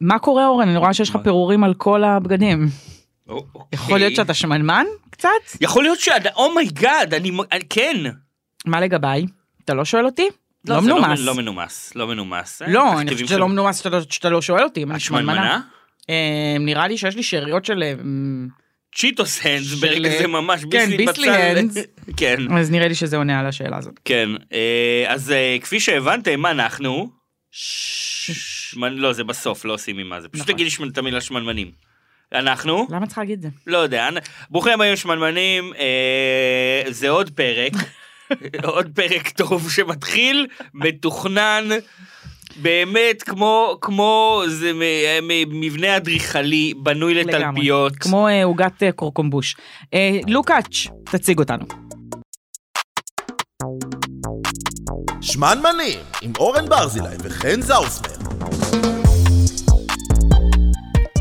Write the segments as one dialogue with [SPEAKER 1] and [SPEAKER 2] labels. [SPEAKER 1] מה קורה אורן? אני רואה שיש לך
[SPEAKER 2] מה? אוקיי.
[SPEAKER 1] פירורים על כל הבגדים. יכול להיות שאתה שמנמן קצת?
[SPEAKER 2] יכול להיות שאתה... אומייגאד, אני... מ- אני- כן.
[SPEAKER 1] מה לגביי? אתה לא שואל אותי? לא
[SPEAKER 2] זה
[SPEAKER 1] מנומס.
[SPEAKER 2] לא מנומס, לא מנומס. אה,
[SPEAKER 1] לא, אני
[SPEAKER 2] תכתיבים
[SPEAKER 1] חושבת שזה
[SPEAKER 2] של-
[SPEAKER 1] לא מנומס שאתה לא- שאתה לא שואל אותי. אם אני
[SPEAKER 2] את שמנמנה?
[SPEAKER 1] אה, נראה לי שיש לי שאריות של... אה,
[SPEAKER 2] צ'יטוס הנדס
[SPEAKER 1] של-
[SPEAKER 2] ברגע זה ממש
[SPEAKER 1] כן,
[SPEAKER 2] ביסלי
[SPEAKER 1] ביסלי
[SPEAKER 2] בצל.
[SPEAKER 1] הנדס.
[SPEAKER 2] כן,
[SPEAKER 1] אז נראה לי שזה עונה על השאלה הזאת.
[SPEAKER 2] כן. אה, אז אה, כפי שהבנתם, מה אנחנו? שמנ- לא, זה בסוף, לא עושים ממה זה. פשוט
[SPEAKER 1] נכון.
[SPEAKER 2] תגידי שמנ- את המילה שמנמנים. אנחנו?
[SPEAKER 1] למה צריך להגיד את זה?
[SPEAKER 2] לא יודע. אנ- ברוכים הבאים שמנמנים, אה, זה עוד פרק. עוד פרק טוב שמתחיל, מתוכנן, באמת כמו, כמו זה מ- מ- מבנה אדריכלי, בנוי
[SPEAKER 1] לגמרי.
[SPEAKER 2] לתלפיות.
[SPEAKER 1] כמו אה, עוגת אה, קורקומבוש. אה, לוקאץ', תציג אותנו.
[SPEAKER 3] שמנמנים, עם אורן ברזילי וחן זאוסמן.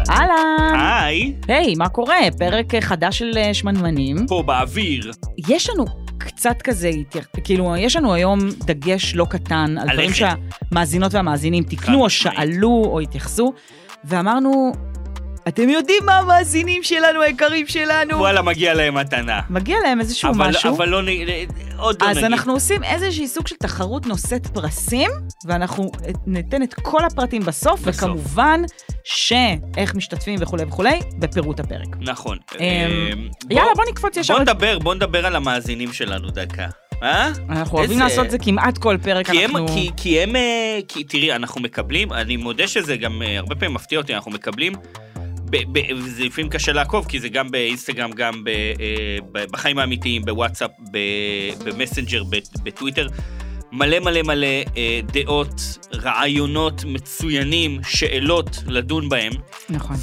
[SPEAKER 1] אהלן!
[SPEAKER 2] היי,
[SPEAKER 1] היי, מה קורה? פרק אה, חדש של אה, שמנמנים.
[SPEAKER 2] פה באוויר.
[SPEAKER 1] יש לנו קצת כזה, התייח- כאילו, יש לנו היום דגש לא קטן על
[SPEAKER 2] על
[SPEAKER 1] דברים
[SPEAKER 2] לחם.
[SPEAKER 1] שהמאזינות והמאזינים
[SPEAKER 2] חד
[SPEAKER 1] תיקנו או
[SPEAKER 2] משמעית.
[SPEAKER 1] שאלו או התייחסו, ואמרנו, אתם יודעים מה המאזינים שלנו, היקרים שלנו?
[SPEAKER 2] וואלה, מגיע להם מתנה.
[SPEAKER 1] מגיע להם איזשהו
[SPEAKER 2] אבל,
[SPEAKER 1] משהו.
[SPEAKER 2] אבל לא נגיד, עוד לא
[SPEAKER 1] אז
[SPEAKER 2] נגיד.
[SPEAKER 1] אנחנו עושים איזשהי סוג של תחרות נושאת פרסים, ואנחנו אה, ניתן את כל הפרטים בסוף,
[SPEAKER 2] בסוף.
[SPEAKER 1] וכמובן שאיך משתתפים וכולי וכולי, בפירוט הפרק.
[SPEAKER 2] נכון. אמ...
[SPEAKER 1] יאללה, בוא נקפוץ ישר.
[SPEAKER 2] בוא נדבר, בוא נדבר על המאזינים שלנו דקה. אה?
[SPEAKER 1] אנחנו אוהבים
[SPEAKER 2] איזה-
[SPEAKER 1] לעשות זה כמעט כל פרק,
[SPEAKER 2] כי הם,
[SPEAKER 1] אנחנו...
[SPEAKER 2] כי, כי הם, אה, כי תראי, אנחנו מקבלים, אני מודה שזה גם אה, הרבה פעמים מפתיע אותי, אנחנו מקבלים, ב, ב, זה לפעמים קשה לעקוב, כי זה גם באינסטגרם, גם ב, אה, ב, בחיים האמיתיים, בוואטסאפ, ב, במסנג'ר, ב, בטוויטר, מלא מלא מלא אה, דעות, רעיונות מצוינים, שאלות לדון בהן.
[SPEAKER 1] נכון.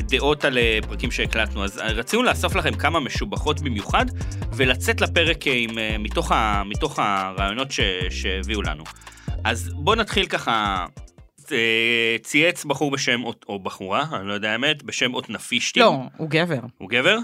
[SPEAKER 2] ודעות על אה, פרקים שהקלטנו, אז רצינו לאסוף לכם כמה משובחות במיוחד, ולצאת לפרק אה, עם, אה, מתוך, ה, מתוך הרעיונות ש, שהביאו לנו. אז בואו נתחיל ככה, אה, צייץ בחור בשם, אות- או בחורה, אני לא יודע האמת, בשם אוטנפישטי.
[SPEAKER 1] לא, הוא גבר.
[SPEAKER 2] הוא גבר?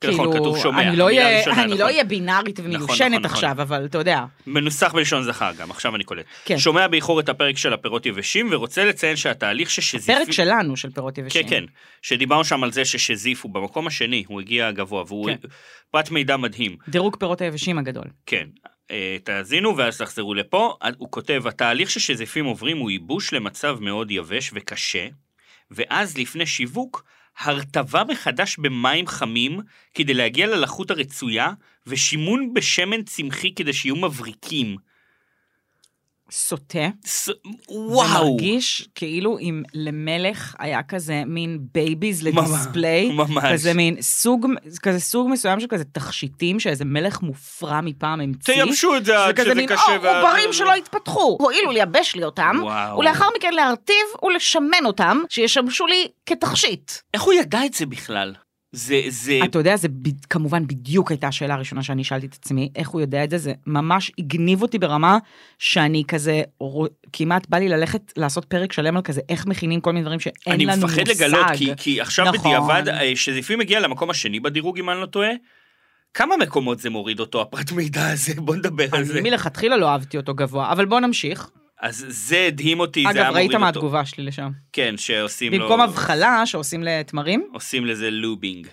[SPEAKER 1] כאילו,
[SPEAKER 2] כאילו- נכון, כתוב שומע.
[SPEAKER 1] אני לא
[SPEAKER 2] המילה
[SPEAKER 1] אהיה-
[SPEAKER 2] הראשונה,
[SPEAKER 1] אני
[SPEAKER 2] נכון.
[SPEAKER 1] לא אהיה בינארית
[SPEAKER 2] נכון,
[SPEAKER 1] ומיושנת
[SPEAKER 2] נכון.
[SPEAKER 1] עכשיו, אבל אתה יודע.
[SPEAKER 2] מנוסח בלשון זכר גם, עכשיו אני קולט.
[SPEAKER 1] כן.
[SPEAKER 2] שומע באיחור את הפרק של הפירות יבשים, ורוצה לציין שהתהליך ששזיפי...
[SPEAKER 1] פרק שלנו, של פירות יבשים.
[SPEAKER 2] כן, כן, שדיברנו שם על זה ששזיף הוא במקום השני, הוא הגיע גבוה, והוא
[SPEAKER 1] כן.
[SPEAKER 2] פרט מידע מדהים,
[SPEAKER 1] דירוג פירות היבשים הגדול.
[SPEAKER 2] כן. אה, תאזינו ואז תחזרו לפה, אה, הוא כותב, התהליך ששזיפים עוברים הוא ייבוש למצב מאוד יבש וקשה, ואז לפני שיווק, הרטבה מחדש במים חמים כדי להגיע ללחות הרצויה, ושימון בשמן צמחי כדי שיהיו מבריקים.
[SPEAKER 1] סוטה.
[SPEAKER 2] ס... וואו!
[SPEAKER 1] ומרגיש כאילו אם למלך היה כזה מין בייביז לדיספליי.
[SPEAKER 2] ממש.
[SPEAKER 1] כזה מין סוג, כזה סוג מסוים של כזה תכשיטים שאיזה מלך מופרע מפעם המציא.
[SPEAKER 2] תייבשו את זה עד
[SPEAKER 1] וכזה
[SPEAKER 2] שזה
[SPEAKER 1] מין,
[SPEAKER 2] קשה.
[SPEAKER 1] או,
[SPEAKER 2] ואז-
[SPEAKER 1] עוברים שלא התפתחו, הואילו לייבש לי אותם,
[SPEAKER 2] וואו.
[SPEAKER 1] ולאחר מכן להרטיב ולשמן אותם, שישמשו לי כתכשיט.
[SPEAKER 2] איך הוא ידע את זה בכלל? זה, זה...
[SPEAKER 1] אתה יודע, זה ב- כמובן בדיוק הייתה השאלה הראשונה שאני שאלתי את עצמי, איך הוא יודע את זה, זה ממש הגניב אותי ברמה שאני כזה, רו- כמעט בא לי ללכת לעשות פרק שלם על כזה, איך מכינים כל מיני דברים שאין לנו
[SPEAKER 2] אני
[SPEAKER 1] מושג.
[SPEAKER 2] מפחד לגלות, כי, כי עכשיו
[SPEAKER 1] נכון.
[SPEAKER 2] נכון. בדיעבד, אה, שזיפים מגיע למקום השני בדירוג, אם אני לא טועה, כמה מקומות זה מוריד אותו, הפרט מידע הזה, בוא נדבר על זה.
[SPEAKER 1] אני מלכתחילה לא אהבתי אותו גבוה, אבל בוא נמשיך.
[SPEAKER 2] אז זה הדהים אותי, זה היה
[SPEAKER 1] אגב,
[SPEAKER 2] מוריד
[SPEAKER 1] ראית
[SPEAKER 2] אותו.
[SPEAKER 1] מה התגובה שלי לשם.
[SPEAKER 2] כן, שעושים לו...
[SPEAKER 1] במקום הבחלה שעושים לתמרים,
[SPEAKER 2] עושים לזה לובינג.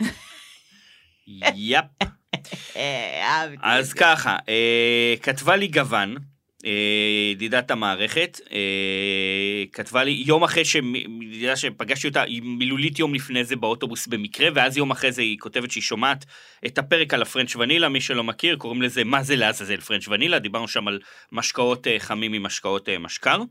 [SPEAKER 2] יאפ.
[SPEAKER 1] אה, אהבתי.
[SPEAKER 2] אז ככה, אה, כתבה לי גוון, אה, ידידת המערכת, אה, כתבה לי יום אחרי שמ- ידידה שפגשתי אותה, היא מילולית יום לפני זה באוטובוס במקרה, ואז יום אחרי זה היא כותבת שהיא שומעת את הפרק על הפרנץ' ונילה, מי שלא מכיר, קוראים לזה מה זה לעזאזל פרנץ' ונילה, דיברנו שם על משקאות אה, חמים ממשקאות אה, משקר.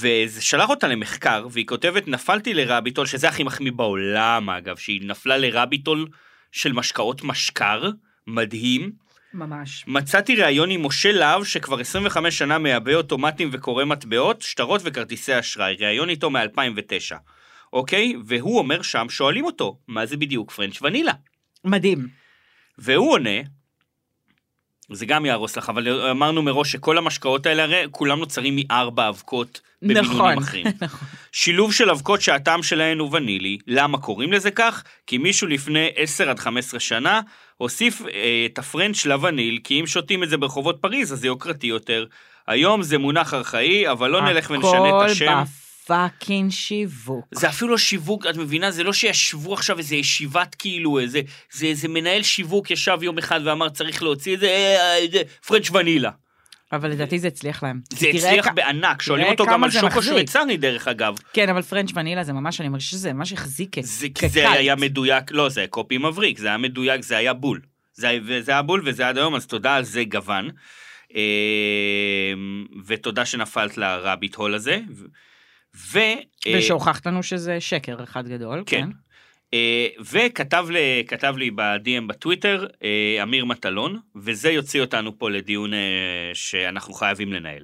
[SPEAKER 2] וזה שלח אותה למחקר, והיא כותבת, נפלתי לרביטול, שזה הכי מחמיא בעולם, אגב, שהיא נפלה לרביטול של משקאות משקר, מדהים.
[SPEAKER 1] ממש.
[SPEAKER 2] מצאתי ראיון עם משה להב, שכבר 25 שנה מייבא אוטומטים וקורא מטבעות, שטרות וכרטיסי אשראי, ראיון איתו מ-2009. אוקיי? והוא אומר שם, שואלים אותו, מה זה בדיוק פרנץ' ונילה?
[SPEAKER 1] מדהים.
[SPEAKER 2] והוא עונה, זה גם יהרוס לך, אבל אמרנו מראש שכל המשקאות האלה, הרי כולם נוצרים מארבע אבקות במינונים
[SPEAKER 1] נכון,
[SPEAKER 2] אחרים. שילוב של אבקות שהטעם שלהן הוא ונילי, למה קוראים לזה כך? כי מישהו לפני 10 עד 15 שנה הוסיף אה, את הפרנץ' לווניל, כי אם שותים את זה ברחובות פריז אז זה יוקרתי יותר. היום זה מונח ארכאי, אבל לא נלך לא ונשנה את השם.
[SPEAKER 1] הכל פאקינג שיווק.
[SPEAKER 2] זה אפילו לא שיווק, את מבינה? זה לא שישבו עכשיו איזה ישיבת כאילו, איזה, זה, איזה מנהל שיווק ישב יום אחד ואמר צריך להוציא איזה, אה, אה, אה, פרנץ' ונילה.
[SPEAKER 1] אבל לדעתי זה הצליח להם.
[SPEAKER 2] זה
[SPEAKER 1] תראה
[SPEAKER 2] הצליח
[SPEAKER 1] כ-
[SPEAKER 2] בענק, שואלים
[SPEAKER 1] תראה
[SPEAKER 2] אותו גם
[SPEAKER 1] כמה
[SPEAKER 2] על
[SPEAKER 1] זה
[SPEAKER 2] שוקו
[SPEAKER 1] מחזיק.
[SPEAKER 2] שוויצרי דרך אגב.
[SPEAKER 1] כן, אבל פרנץ' ונילה זה ממש, אני מרגישה שזה ממש החזיק את...
[SPEAKER 2] זה,
[SPEAKER 1] קק"ל.
[SPEAKER 2] זה היה מדויק, לא, זה היה קופי מבריק, זה היה מדויק, זה היה בול. זה, היה- וזה היה בול וזה עד היום, אז תודה על זה גוון. אה, ותודה שנפלת לרביט הול הזה. ו... ו אה,
[SPEAKER 1] ושהוכחת לנו שזה שקר אחד גדול,
[SPEAKER 2] כן.
[SPEAKER 1] כן.
[SPEAKER 2] אה, וכתב ל- כתב לי ב-DM בטוויטר, אה, אמיר מטלון, וזה יוציא אותנו פה לדיון אה, שאנחנו חייבים לנהל.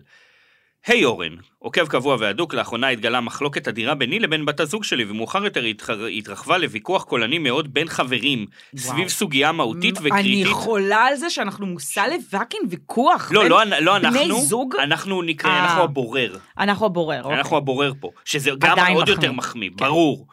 [SPEAKER 2] היי אורן, עוקב קבוע והדוק, לאחרונה התגלה מחלוקת אדירה ביני לבין בת הזוג שלי, ומאוחר יותר התח... התרחבה לוויכוח קולני מאוד בין חברים, וואו.
[SPEAKER 1] וואו.
[SPEAKER 2] סביב סוגיה מהותית
[SPEAKER 1] מ-
[SPEAKER 2] וקריטית.
[SPEAKER 1] אני חולה על זה שאנחנו מושא לפאקינג ויכוח.
[SPEAKER 2] לא,
[SPEAKER 1] בין-
[SPEAKER 2] לא, לא אנחנו,
[SPEAKER 1] בני זוג?
[SPEAKER 2] אנחנו נקרא,
[SPEAKER 1] אה.
[SPEAKER 2] אנחנו הבורר.
[SPEAKER 1] אנחנו הבורר, אוקיי.
[SPEAKER 2] אנחנו הבורר פה, שזה גם
[SPEAKER 1] עדיין
[SPEAKER 2] עוד
[SPEAKER 1] מחמיא.
[SPEAKER 2] יותר מחמיא,
[SPEAKER 1] כן.
[SPEAKER 2] ברור.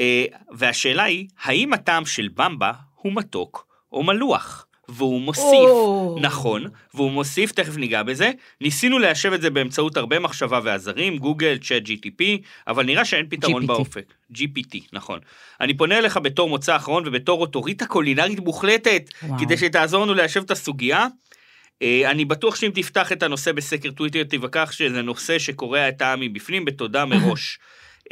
[SPEAKER 2] אה, והשאלה היא, האם הטעם של במבה הוא מתוק או מלוח? והוא מוסיף,
[SPEAKER 1] או.
[SPEAKER 2] נכון, והוא מוסיף, תכף ניגע בזה, ניסינו ליישב את זה באמצעות הרבה מחשבה ועזרים, גוגל, צ'אט GTP, אבל נראה שאין פתרון
[SPEAKER 1] GPT.
[SPEAKER 2] באופק. GPT, נכון. אני פונה אליך בתור מוצא אחרון ובתור אוטוריטה קולינרית מוחלטת,
[SPEAKER 1] וואו.
[SPEAKER 2] כדי שתעזור לנו ליישב את הסוגיה. אה, אני בטוח שאם תפתח את הנושא בסקר טוויטר תיווכח שזה נושא שקורע את העם מבפנים בתודה מראש.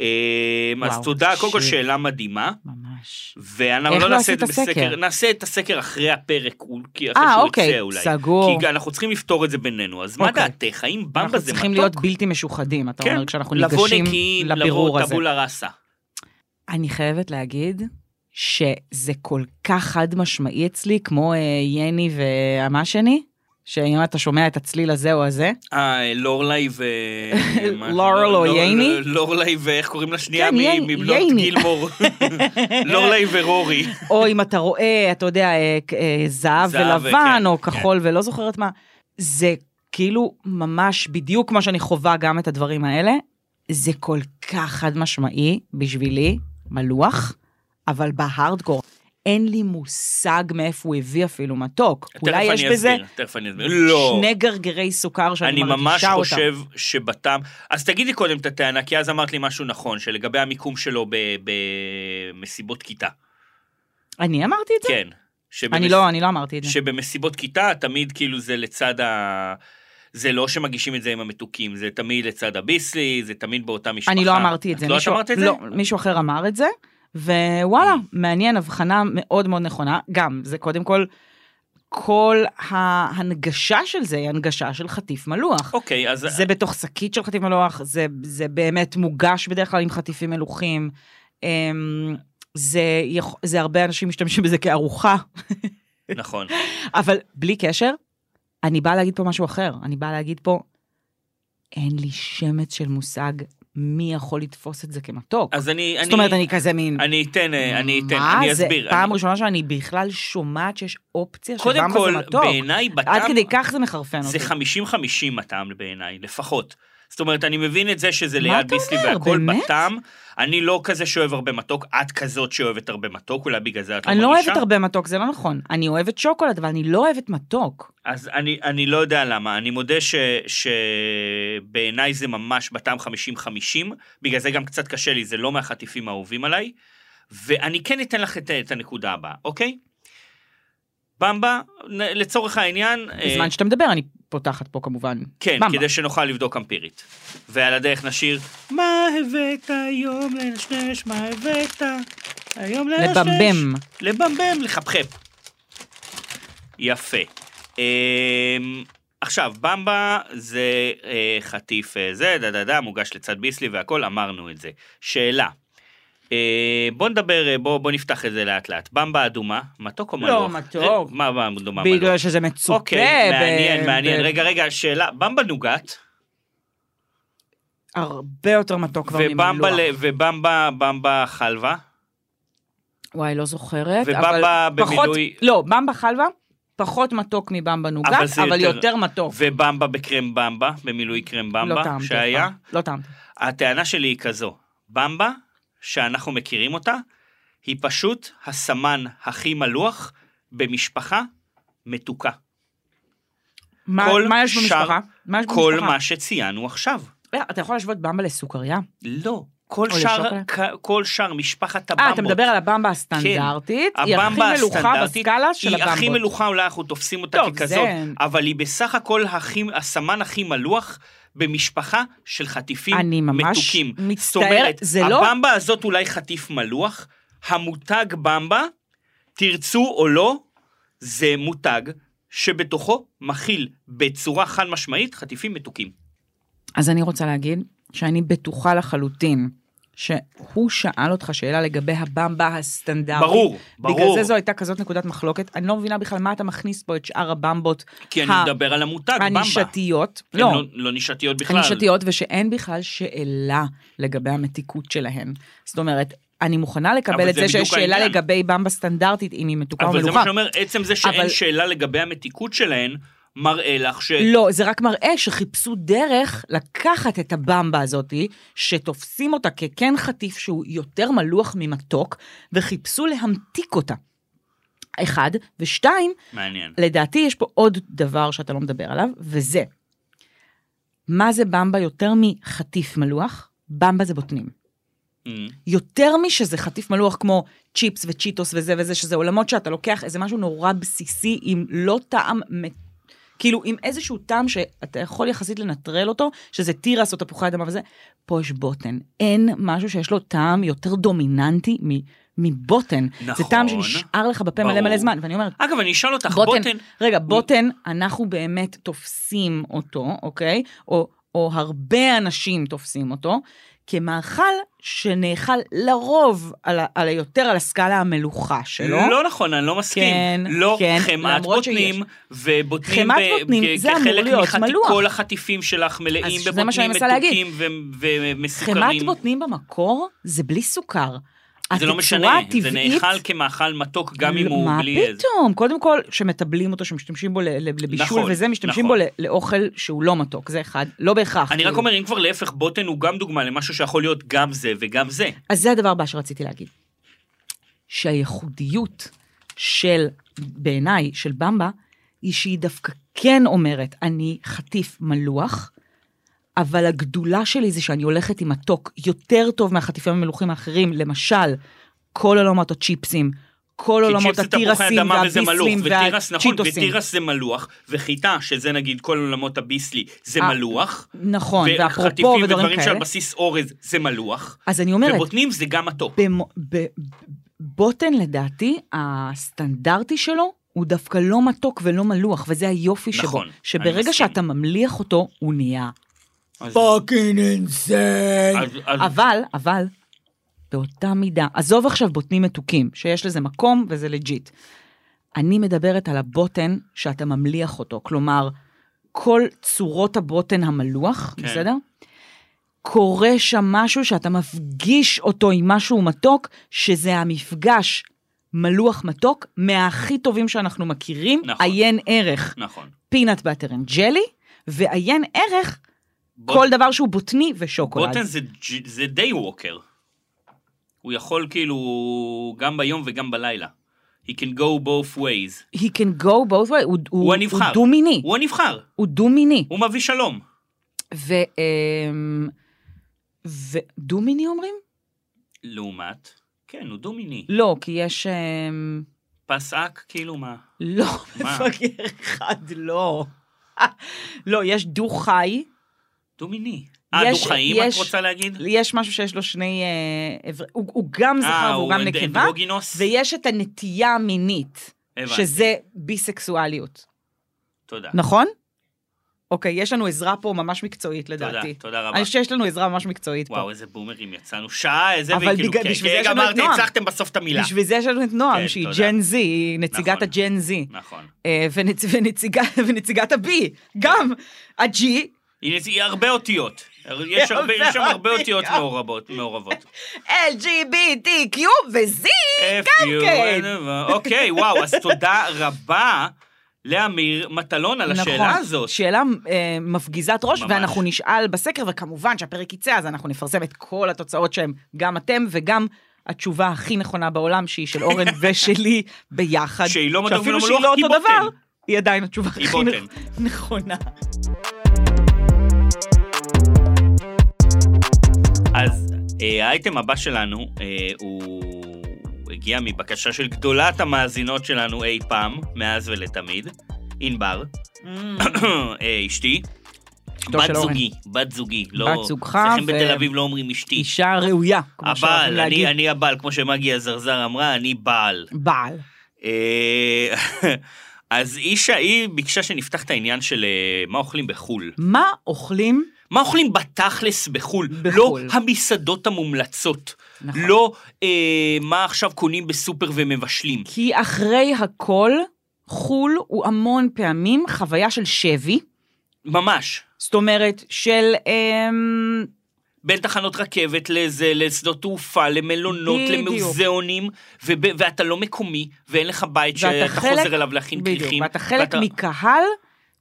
[SPEAKER 2] אה, אז
[SPEAKER 1] וואו,
[SPEAKER 2] תודה, קודם כל
[SPEAKER 1] שיט.
[SPEAKER 2] שאלה מדהימה,
[SPEAKER 1] ממש.
[SPEAKER 2] ואנחנו
[SPEAKER 1] איך
[SPEAKER 2] לא
[SPEAKER 1] לא
[SPEAKER 2] נעשה את זה
[SPEAKER 1] עשית סקר?
[SPEAKER 2] בסקר, נעשה את הסקר אחרי הפרק, הוא- כי אחרי
[SPEAKER 1] אה,
[SPEAKER 2] שהוא
[SPEAKER 1] אוקיי,
[SPEAKER 2] יוצא אולי.
[SPEAKER 1] סגור.
[SPEAKER 2] כי אנחנו צריכים לפתור את זה בינינו, אז מה
[SPEAKER 1] אוקיי.
[SPEAKER 2] דעתך, האם במבה
[SPEAKER 1] אנחנו
[SPEAKER 2] זה מתוק?
[SPEAKER 1] צריכים להיות בלתי משוחדים, אתה
[SPEAKER 2] כן,
[SPEAKER 1] אומר, כשאנחנו
[SPEAKER 2] לבוא
[SPEAKER 1] ניגשים
[SPEAKER 2] נקיים,
[SPEAKER 1] לבירור
[SPEAKER 2] לבוא
[SPEAKER 1] הזה.
[SPEAKER 2] טבולה ראסה.
[SPEAKER 1] אני חייבת להגיד שזה כל כך חד משמעי אצלי, כמו אה, יני והמה שני, שאם אתה שומע את הצליל הזה או הזה,
[SPEAKER 2] אה, לורליי ו... מה-
[SPEAKER 1] לורל או
[SPEAKER 2] לור-
[SPEAKER 1] ייני?
[SPEAKER 2] לא, לורליי ואיך קוראים לשנייה
[SPEAKER 1] כן,
[SPEAKER 2] מ-
[SPEAKER 1] ייני,
[SPEAKER 2] מבנות
[SPEAKER 1] ייני.
[SPEAKER 2] גילמור? לא, לורליי ורורי.
[SPEAKER 1] או אם אתה רואה, אתה יודע, אה, כ- אה, זהב
[SPEAKER 2] זהב,
[SPEAKER 1] ולבן,
[SPEAKER 2] כן,
[SPEAKER 1] או כחול ולא זוכרת מה, זה כאילו ממש בדיוק כמו שאני חווה גם את הדברים האלה, זה כל כך חד משמעי בשבילי, מלוח, אבל בהארדקור. אין לי מושג מאיפה הוא הביא אפילו מתוק. אולי
[SPEAKER 2] תכף
[SPEAKER 1] יש
[SPEAKER 2] אני
[SPEAKER 1] בזה
[SPEAKER 2] אסביר, תכף אני אסביר. לא,
[SPEAKER 1] שני גרגרי סוכר שאני
[SPEAKER 2] אני
[SPEAKER 1] מרגישה אותם.
[SPEAKER 2] ממש חושב שבטעם... אז תגידי קודם את הטענה, כי אז אמרת לי משהו נכון, שלגבי המיקום שלו ב- במסיבות כיתה.
[SPEAKER 1] אני אמרתי את זה?
[SPEAKER 2] כן. שבמס-
[SPEAKER 1] אני לא, אני לא אמרתי את זה.
[SPEAKER 2] שבמסיבות כיתה תמיד כאילו זה לצד ה... זה לא שמגישים את זה עם המתוקים, זה תמיד לצד הביסלי, זה תמיד באותה משפחה.
[SPEAKER 1] אני לא אמרתי את זה.
[SPEAKER 2] את לא
[SPEAKER 1] מישהו-
[SPEAKER 2] אמרת את זה? Mm.
[SPEAKER 1] לא, מישהו אחר אמר את זה, ווואלה, מעניין, הבחנה מאוד מאוד נכונה. גם, זה קודם כל, כל ההנגשה של זה היא הנגשה של חטיף מלוח.
[SPEAKER 2] אוקיי, אז...
[SPEAKER 1] זה בתוך שקית של חטיף מלוח, זה, זה באמת מוגש בדרך כלל עם חטיפים מלוחים. אמ, זה, יכ- זה הרבה אנשים משתמשים בזה כארוחה,
[SPEAKER 2] נכון.
[SPEAKER 1] אבל בלי קשר, אני באה להגיד פה משהו אחר. אני באה להגיד פה, אין לי שמץ של מושג מי יכול לתפוס את זה כמתוק.
[SPEAKER 2] אז אני...
[SPEAKER 1] זאת אומרת, אני כזה מין...
[SPEAKER 2] אני אתן, אה, אני אתן,
[SPEAKER 1] מה
[SPEAKER 2] אני
[SPEAKER 1] זה?
[SPEAKER 2] אסביר.
[SPEAKER 1] פעם
[SPEAKER 2] אני-
[SPEAKER 1] ראשונה שאני בכלל שומעת שיש אופציה שבמבה
[SPEAKER 2] קודם
[SPEAKER 1] זה
[SPEAKER 2] כל,
[SPEAKER 1] מתוק.
[SPEAKER 2] בעיניי בטעם...
[SPEAKER 1] עד כדי כך זה מחרפן
[SPEAKER 2] זה
[SPEAKER 1] אותי.
[SPEAKER 2] 50-50 הטעם בעיניי, לפחות. זאת אומרת, אני מבין את זה שזה
[SPEAKER 1] מה
[SPEAKER 2] ליד
[SPEAKER 1] אתה
[SPEAKER 2] ביסלי
[SPEAKER 1] אומר?
[SPEAKER 2] והכל
[SPEAKER 1] באמת?
[SPEAKER 2] בטעם. אני לא כזה שאוהב הרבה מתוק, את כזאת שאוהבת הרבה מתוק, אולי בגלל זה את לא
[SPEAKER 1] אני לא
[SPEAKER 2] מרגישה.
[SPEAKER 1] אוהבת הרבה מתוק, זה לא נכון. אני אוהבת שוקולד, אבל אני לא אוהבת מתוק.
[SPEAKER 2] אז אני, אני לא יודע למה, אני מודה ש, שבעיניי זה ממש בטעם 50-50, בגלל זה גם קצת קשה לי, זה לא מהחטיפים האהובים עליי, ואני כן אתן לך את, את הנקודה הבאה, אוקיי? במבה, נ- לצורך העניין, אה,
[SPEAKER 1] בזמן שאתה מדבר, אני פותחת פה כמובן.
[SPEAKER 2] כן,
[SPEAKER 1] במבה.
[SPEAKER 2] כדי שנוכל לבדוק אמפירית. ועל הדרך נשיר, מה הבאת היום לנשנש, מה הבאת היום לנשנש?
[SPEAKER 1] לבמבם.
[SPEAKER 2] לבמבם, לחפחפ. יפה. אמ, עכשיו, במבה זה אה, חטיף אה, זה, דה דה דה, מוגש לצד ביסלי והכל, אמרנו את זה. שאלה, אה, בוא נדבר, אה, בוא, בוא נפתח את זה לאט לאט. במבה אדומה, מתוק או
[SPEAKER 1] לא,
[SPEAKER 2] מלוח?
[SPEAKER 1] מתוק.
[SPEAKER 2] אה, מה מה אדומה מלוח?
[SPEAKER 1] בגלל שזה מצופה.
[SPEAKER 2] אוקיי,
[SPEAKER 1] ב-
[SPEAKER 2] מעניין,
[SPEAKER 1] ב-
[SPEAKER 2] מעניין. רגע, רגע, שאלה, במבה נוגת,
[SPEAKER 1] הרבה יותר מתוק כבר
[SPEAKER 2] ובמבה,
[SPEAKER 1] ממלוח.
[SPEAKER 2] ל- ובמבה, במבה חלבה,
[SPEAKER 1] וואי, לא זוכרת.
[SPEAKER 2] ובמבה
[SPEAKER 1] אבל פחות-
[SPEAKER 2] במילוי-
[SPEAKER 1] לא, במבה חלבה, פחות מתוק מבמבה נוגת,
[SPEAKER 2] אבל זה
[SPEAKER 1] אבל
[SPEAKER 2] יותר-
[SPEAKER 1] יותר מתוק.
[SPEAKER 2] ובמבה בקרם במבה, במילוי קרם
[SPEAKER 1] אוקיי. לא
[SPEAKER 2] במבה,
[SPEAKER 1] טעמתי אף
[SPEAKER 2] שהיה.
[SPEAKER 1] פעם. לא טעמתי.
[SPEAKER 2] הטענה שלי היא כזו, במבה, שאנחנו מכירים אותה, היא פשוט הסמן הכי מלוח במשפחה מתוקה.
[SPEAKER 1] מה
[SPEAKER 2] כל
[SPEAKER 1] מה יש
[SPEAKER 2] שאר-
[SPEAKER 1] במשפחה? מה יש
[SPEAKER 2] כל
[SPEAKER 1] במשפחה?
[SPEAKER 2] מה שציינו עכשיו.
[SPEAKER 1] אה, אתה יכול להשוות במבה לסוכריה?
[SPEAKER 2] לא. כל
[SPEAKER 1] או
[SPEAKER 2] שאר,
[SPEAKER 1] לשוקולד?
[SPEAKER 2] כ- כל שאר משפחת הבמבות.
[SPEAKER 1] אה, אתה מדבר על הבמבה הסטנדרטית, היא הכי
[SPEAKER 2] כן. הבמבה
[SPEAKER 1] מלוכה
[SPEAKER 2] הסטנדרטית
[SPEAKER 1] בסקאלה של
[SPEAKER 2] היא הכי
[SPEAKER 1] הבמבות.
[SPEAKER 2] מלוכה, אולי אנחנו תופסים אותה
[SPEAKER 1] טוב,
[SPEAKER 2] ככזאת,
[SPEAKER 1] זה-
[SPEAKER 2] אבל היא בסך הכל הכי, הסמן הכי מלוח במשפחה של חטיפים
[SPEAKER 1] אני ממש
[SPEAKER 2] מתוקים. זאת
[SPEAKER 1] מצטערת,
[SPEAKER 2] אומרת,
[SPEAKER 1] זה לא-
[SPEAKER 2] הבמבה הזאת אולי חטיף מלוח, המותג במבה, תרצו או לא, זה מותג שבתוכו מכיל בצורה חד משמעית חטיפים מתוקים.
[SPEAKER 1] אז אני רוצה להגיד שאני בטוחה לחלוטין שהוא שאל אותך שאלה לגבי הבמבה הסטנדרטית.
[SPEAKER 2] ברור, ברור.
[SPEAKER 1] בגלל זה זו הייתה כזאת נקודת מחלוקת. אני לא מבינה בכלל מה אתה מכניס פה את שאר הבמבות
[SPEAKER 2] כי אני
[SPEAKER 1] ה-
[SPEAKER 2] מדבר על המותג, במבה.
[SPEAKER 1] הנישתיות.
[SPEAKER 2] הן
[SPEAKER 1] לא,
[SPEAKER 2] לא, לא נישתיות בכלל.
[SPEAKER 1] הנישתיות, ושאין בכלל שאלה לגבי המתיקות שלהן. זאת אומרת, אני מוכנה
[SPEAKER 2] אבל
[SPEAKER 1] לקבל את
[SPEAKER 2] זה
[SPEAKER 1] זה
[SPEAKER 2] בדיוק
[SPEAKER 1] שיש שאלה
[SPEAKER 2] העניין.
[SPEAKER 1] לגבי במבה סטנדרטית, אם היא מתוקה או
[SPEAKER 2] אבל זה מה
[SPEAKER 1] מלוכה.
[SPEAKER 2] שאני אומר, עצם זה שאין
[SPEAKER 1] אבל-
[SPEAKER 2] שאלה לגבי המתיקות שלהן, מראה לך ש...
[SPEAKER 1] לא, זה רק מראה שחיפשו דרך לקחת את הבמבה הזאתי, שתופסים אותה ככן חטיף שהוא יותר מלוח ממתוק, וחיפשו להמתיק אותה. אחד, ושתיים,
[SPEAKER 2] מעניין.
[SPEAKER 1] לדעתי יש פה עוד דבר שאתה לא מדבר עליו, וזה, מה זה במבה יותר מחטיף מלוח? במבה זה בוטנים.
[SPEAKER 2] אמ,
[SPEAKER 1] יותר משזה חטיף מלוח כמו צ'יפס וצ'יטוס וזה וזה, שזה עולמות שאתה לוקח איזה משהו נורא בסיסי עם לא טעם, מ- כאילו עם איזשהו טעם שאתה יכול יחסית לנטרל אותו, שזה תירס או תפוחי אדמה וזה, פה יש בוטן. אין משהו שיש לו טעם יותר דומיננטי מ- מבוטן. זה
[SPEAKER 2] נכון.
[SPEAKER 1] טעם שנשאר לך בפה מלא
[SPEAKER 2] ברור.
[SPEAKER 1] מלא זמן, ואני אומרת,
[SPEAKER 2] אגב, אני אשאל אותך,
[SPEAKER 1] בוטן,
[SPEAKER 2] בוטן,
[SPEAKER 1] רגע, בוטן, אנחנו באמת תופסים אותו, אוקיי? או, או הרבה אנשים תופסים אותו, כמאכל שנאכל לרוב על, ה- על היותר על הסקאלה המלוכה שלו.
[SPEAKER 2] לא נכון, אני לא מסכים.
[SPEAKER 1] כן,
[SPEAKER 2] לא
[SPEAKER 1] כן,
[SPEAKER 2] חמאת
[SPEAKER 1] למרות
[SPEAKER 2] בוטנים,
[SPEAKER 1] שיש.
[SPEAKER 2] ובוטנים
[SPEAKER 1] חמאת
[SPEAKER 2] ב-
[SPEAKER 1] בוטנים,
[SPEAKER 2] כ-
[SPEAKER 1] זה אמור
[SPEAKER 2] כחלק
[SPEAKER 1] להיות
[SPEAKER 2] מחטי-
[SPEAKER 1] מלוח.
[SPEAKER 2] כל החטיפים שלך מלאים
[SPEAKER 1] אז זה מה שאני
[SPEAKER 2] בבוטנים
[SPEAKER 1] מנסה להגיד.
[SPEAKER 2] מתוקים ו-
[SPEAKER 1] חמת
[SPEAKER 2] ומסוכרים.
[SPEAKER 1] בוטנים במקור זה בלי סוכר.
[SPEAKER 2] זה לא
[SPEAKER 1] התצורה
[SPEAKER 2] משנה, זה
[SPEAKER 1] הטבעית-
[SPEAKER 2] נאכל כמאכל מתוק גם אם הוא
[SPEAKER 1] לא, מה
[SPEAKER 2] בלי... איזה-
[SPEAKER 1] פתאום? קודם כל, שמטבלים אותו, שמשתמשים בו ל- ל- לבישול
[SPEAKER 2] נכון,
[SPEAKER 1] וזה, משתמשים
[SPEAKER 2] נכון.
[SPEAKER 1] בו ל- לאוכל שהוא לא מתוק, זה אחד, לא בהכרח.
[SPEAKER 2] אני רק
[SPEAKER 1] כאילו.
[SPEAKER 2] אומר, אם כבר להפך, בוטן הוא גם דוגמה למשהו שיכול להיות גם זה וגם זה.
[SPEAKER 1] אז זה הדבר הבא שרציתי להגיד. שהייחודיות של, בעיניי, של במבה, היא שהיא דווקא כן אומרת, אני חטיף מלוח, אבל הגדולה שלי זה שאני הולכת עם מתוק יותר טוב מהחטיפים המלוכים האחרים, למשל, כל עולמות הצ'יפסים, כל
[SPEAKER 2] כי
[SPEAKER 1] עולמות
[SPEAKER 2] צ'יפס זה תפוחי
[SPEAKER 1] התירסים
[SPEAKER 2] אדמה וזה מלוח,
[SPEAKER 1] לא, והביסלים
[SPEAKER 2] ותירס, נכון,
[SPEAKER 1] והצ'יטוסים.
[SPEAKER 2] ותירס זה מלוח, וחיטה, שזה נגיד כל עולמות הביסלי, זה
[SPEAKER 1] אה,
[SPEAKER 2] מלוח.
[SPEAKER 1] נכון, ואפרופו
[SPEAKER 2] וחטיפים
[SPEAKER 1] ודברים
[SPEAKER 2] ודברים שעל
[SPEAKER 1] כאלה.
[SPEAKER 2] בסיס אורז זה מלוח.
[SPEAKER 1] אז אני אומרת,
[SPEAKER 2] ובוטנים זה גם מתוק.
[SPEAKER 1] במו- ב- בוטן לדעתי, הסטנדרטי שלו הוא דווקא לא מתוק ולא מלוח, וזה היופי
[SPEAKER 2] נכון, אני
[SPEAKER 1] שבו. שברגע
[SPEAKER 2] מסכים.
[SPEAKER 1] שאתה ממליח אותו, הוא נהיה
[SPEAKER 2] אז-
[SPEAKER 1] פאקינג אינסיין.
[SPEAKER 2] אז- אז-
[SPEAKER 1] אבל, אבל, באותה מידה, עזוב עכשיו בוטנים מתוקים, שיש לזה מקום וזה לג'יט. אני מדברת על הבוטן שאתה ממליח אותו, כלומר, כל צורות הבוטן המלוח,
[SPEAKER 2] כן.
[SPEAKER 1] כן. בסדר? קורה שם משהו שאתה מפגיש אותו עם משהו מתוק, שזה המפגש מלוח מתוק מהכי טובים שאנחנו מכירים,
[SPEAKER 2] נכון.
[SPEAKER 1] נכון. עיין ערך,
[SPEAKER 2] נכון.
[SPEAKER 1] פינאט באטר אנד ג'לי, ועיין ערך
[SPEAKER 2] בוט-
[SPEAKER 1] כל דבר שהוא בוטני ושוקולד.
[SPEAKER 2] בוטן זה ג'- זה די ווקר. הוא יכול כאילו גם ביום וגם בלילה. He can go both ways.
[SPEAKER 1] he can go both way, הוא,
[SPEAKER 2] הוא הנבחר.
[SPEAKER 1] הוא דו-מיני,
[SPEAKER 2] הוא הנבחר,
[SPEAKER 1] הוא דו-מיני.
[SPEAKER 2] הוא מביא שלום.
[SPEAKER 1] ו... אמ, ו... דו-מיני אומרים?
[SPEAKER 2] לעומת, כן, הוא דו-מיני.
[SPEAKER 1] לא, כי יש... אמ,
[SPEAKER 2] פסק, כאילו מה?
[SPEAKER 1] לא,
[SPEAKER 2] מה?
[SPEAKER 1] מפגר אחד, לא. לא, יש דו-חי,
[SPEAKER 2] דו-מיני. אה,
[SPEAKER 1] יש-
[SPEAKER 2] דו-חיים את
[SPEAKER 1] יש-
[SPEAKER 2] רוצה להגיד?
[SPEAKER 1] יש משהו שיש לו שני... אה, אבר- הוא, הוא גם זכר והוא גם נקבה,
[SPEAKER 2] אה, אנדרוגינוס?
[SPEAKER 1] ויש את הנטייה המינית,
[SPEAKER 2] הבנתי.
[SPEAKER 1] שזה ביסקסואליות,
[SPEAKER 2] תודה.
[SPEAKER 1] נכון? אוקיי, יש לנו עזרה פה ממש מקצועית
[SPEAKER 2] תודה,
[SPEAKER 1] לדעתי.
[SPEAKER 2] תודה רבה.
[SPEAKER 1] אני חושב שיש לנו עזרה ממש מקצועית פה.
[SPEAKER 2] וואו, איזה בומרים יצאנו. שעה, איזה,
[SPEAKER 1] אבל
[SPEAKER 2] וכאילו,
[SPEAKER 1] בגלל-
[SPEAKER 2] כן,
[SPEAKER 1] בשביל
[SPEAKER 2] כן,
[SPEAKER 1] זה יש לנו את
[SPEAKER 2] אמרתי,
[SPEAKER 1] נועם.
[SPEAKER 2] הצלחתם בסוף את המילה.
[SPEAKER 1] בשביל זה יש לנו את
[SPEAKER 2] כן,
[SPEAKER 1] נועם, שהיא
[SPEAKER 2] תודה.
[SPEAKER 1] ג'ן זי, היא נציגת
[SPEAKER 2] נכון.
[SPEAKER 1] הג'ן זי,
[SPEAKER 2] נכון.
[SPEAKER 1] אה, ונצ- ונציגה- ונציגת הבי, גם הג'י,
[SPEAKER 2] היא היא הרבה אותיות. יש הרבה- יש שם הרבה אותיות מעורבות. מעורבות.
[SPEAKER 1] LGBTQ וזי,
[SPEAKER 2] F you,
[SPEAKER 1] כן.
[SPEAKER 2] whatever. אוקיי, וואו, אז תודה רבה לאמיר מטלון
[SPEAKER 1] נכון.
[SPEAKER 2] על השאלה הזאת.
[SPEAKER 1] שאלה אה, מפגיזת ראש,
[SPEAKER 2] ממש.
[SPEAKER 1] ואנחנו נשאל בסקר, וכמובן שהפרק יצא, אז אנחנו נפרסם את כל התוצאות שהם גם אתם וגם... התשובה הכי נכונה בעולם שהיא של אורן ושלי ביחד.
[SPEAKER 2] שהיא לא מתוק
[SPEAKER 1] שאפילו
[SPEAKER 2] ולא
[SPEAKER 1] שהיא
[SPEAKER 2] מלוח, היא
[SPEAKER 1] אותו
[SPEAKER 2] בוטן.
[SPEAKER 1] דבר, היא עדיין התשובה
[SPEAKER 2] היא
[SPEAKER 1] הכי
[SPEAKER 2] בוטן.
[SPEAKER 1] נכ- נכונה.
[SPEAKER 2] אז אה, האייטם הבא שלנו אה, הוא הגיע מבקשה של גדולת המאזינות שלנו אי פעם, מאז ולתמיד, ענבר, אה, אשתי.
[SPEAKER 1] Mm. אשתו של
[SPEAKER 2] בת
[SPEAKER 1] אורן.
[SPEAKER 2] זוגי, בת זוגי, לא,
[SPEAKER 1] בת זוגך,
[SPEAKER 2] אצלכם
[SPEAKER 1] ו-
[SPEAKER 2] בתל אביב לא אומרים אשתי,
[SPEAKER 1] אישה ראויה, כמו שאוהבים
[SPEAKER 2] הבעל,
[SPEAKER 1] להגיד.
[SPEAKER 2] אני, אני הבעל, כמו שמגי הזרזר אמרה, אני בעל.
[SPEAKER 1] בעל.
[SPEAKER 2] אה, אז אישה, היא ביקשה שנפתח את העניין של אה, מה אוכלים בחו"ל.
[SPEAKER 1] מה אוכלים?
[SPEAKER 2] מה אוכלים בתכלס בחו"ל?
[SPEAKER 1] בחו"ל.
[SPEAKER 2] לא המסעדות המומלצות.
[SPEAKER 1] נכון.
[SPEAKER 2] לא אה, מה עכשיו קונים בסופר ומבשלים.
[SPEAKER 1] כי אחרי הכל, חו"ל הוא המון פעמים חוויה של שבי.
[SPEAKER 2] ממש.
[SPEAKER 1] זאת אומרת, של... אמ,
[SPEAKER 2] בין תחנות רכבת לזה, לשדות תעופה, למלונות,
[SPEAKER 1] בדיוק.
[SPEAKER 2] למוזיאונים, וב, ואתה לא מקומי, ואין לך בית
[SPEAKER 1] ואתה
[SPEAKER 2] שאתה
[SPEAKER 1] חלק-
[SPEAKER 2] חוזר אליו להכין
[SPEAKER 1] בדיוק,
[SPEAKER 2] כריכים.
[SPEAKER 1] ואתה חלק מקהל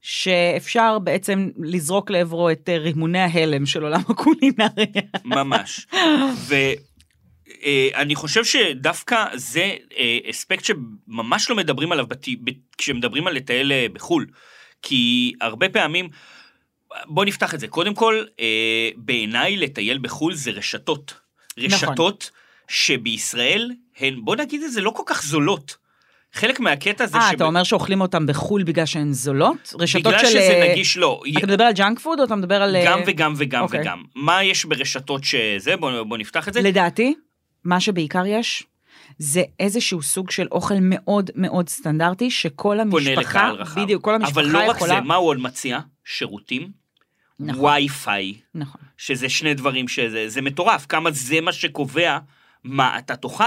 [SPEAKER 1] שאפשר בעצם לזרוק לעברו את אה, רימוני ההלם של עולם הקולינריה.
[SPEAKER 2] ממש. ואני חושב שדווקא זה אה, אספקט שממש לא מדברים עליו בת... ב... כשמדברים על לטייל אה, בחו"ל. כי הרבה פעמים, בוא נפתח את זה. קודם כל, אה, בעיניי לטייל בחו"ל זה רשתות.
[SPEAKER 1] נכון.
[SPEAKER 2] רשתות שבישראל הן, בוא נגיד את זה, לא כל כך זולות. חלק מהקטע זה
[SPEAKER 1] אה, אתה אומר שאוכלים אותם בחו"ל בגלל שהן זולות? רשתות של...
[SPEAKER 2] בגלל שזה
[SPEAKER 1] אה,
[SPEAKER 2] נגיש, לא,
[SPEAKER 1] אתה מדבר על ג'אנק פוד או אתה מדבר על... אה,
[SPEAKER 2] גם וגם וגם
[SPEAKER 1] אוקיי.
[SPEAKER 2] וגם. מה יש ברשתות שזה? בוא בוא נפתח את זה.
[SPEAKER 1] לדעתי, מה שבעיקר יש, זה איזשהו סוג של אוכל מאוד מאוד סטנדרטי, שכל
[SPEAKER 2] פונה
[SPEAKER 1] המשפחה...
[SPEAKER 2] לקהל רחב.
[SPEAKER 1] בדיוק, כל המשפחה
[SPEAKER 2] אבל לא רק
[SPEAKER 1] יכולה...
[SPEAKER 2] זה, מה הוא עוד מציע? שירותים,
[SPEAKER 1] נכון,
[SPEAKER 2] וי-פיי,
[SPEAKER 1] נכון.
[SPEAKER 2] שזה שני דברים שזה, זה מטורף, כמה זה מה שקובע מה אתה תאכל.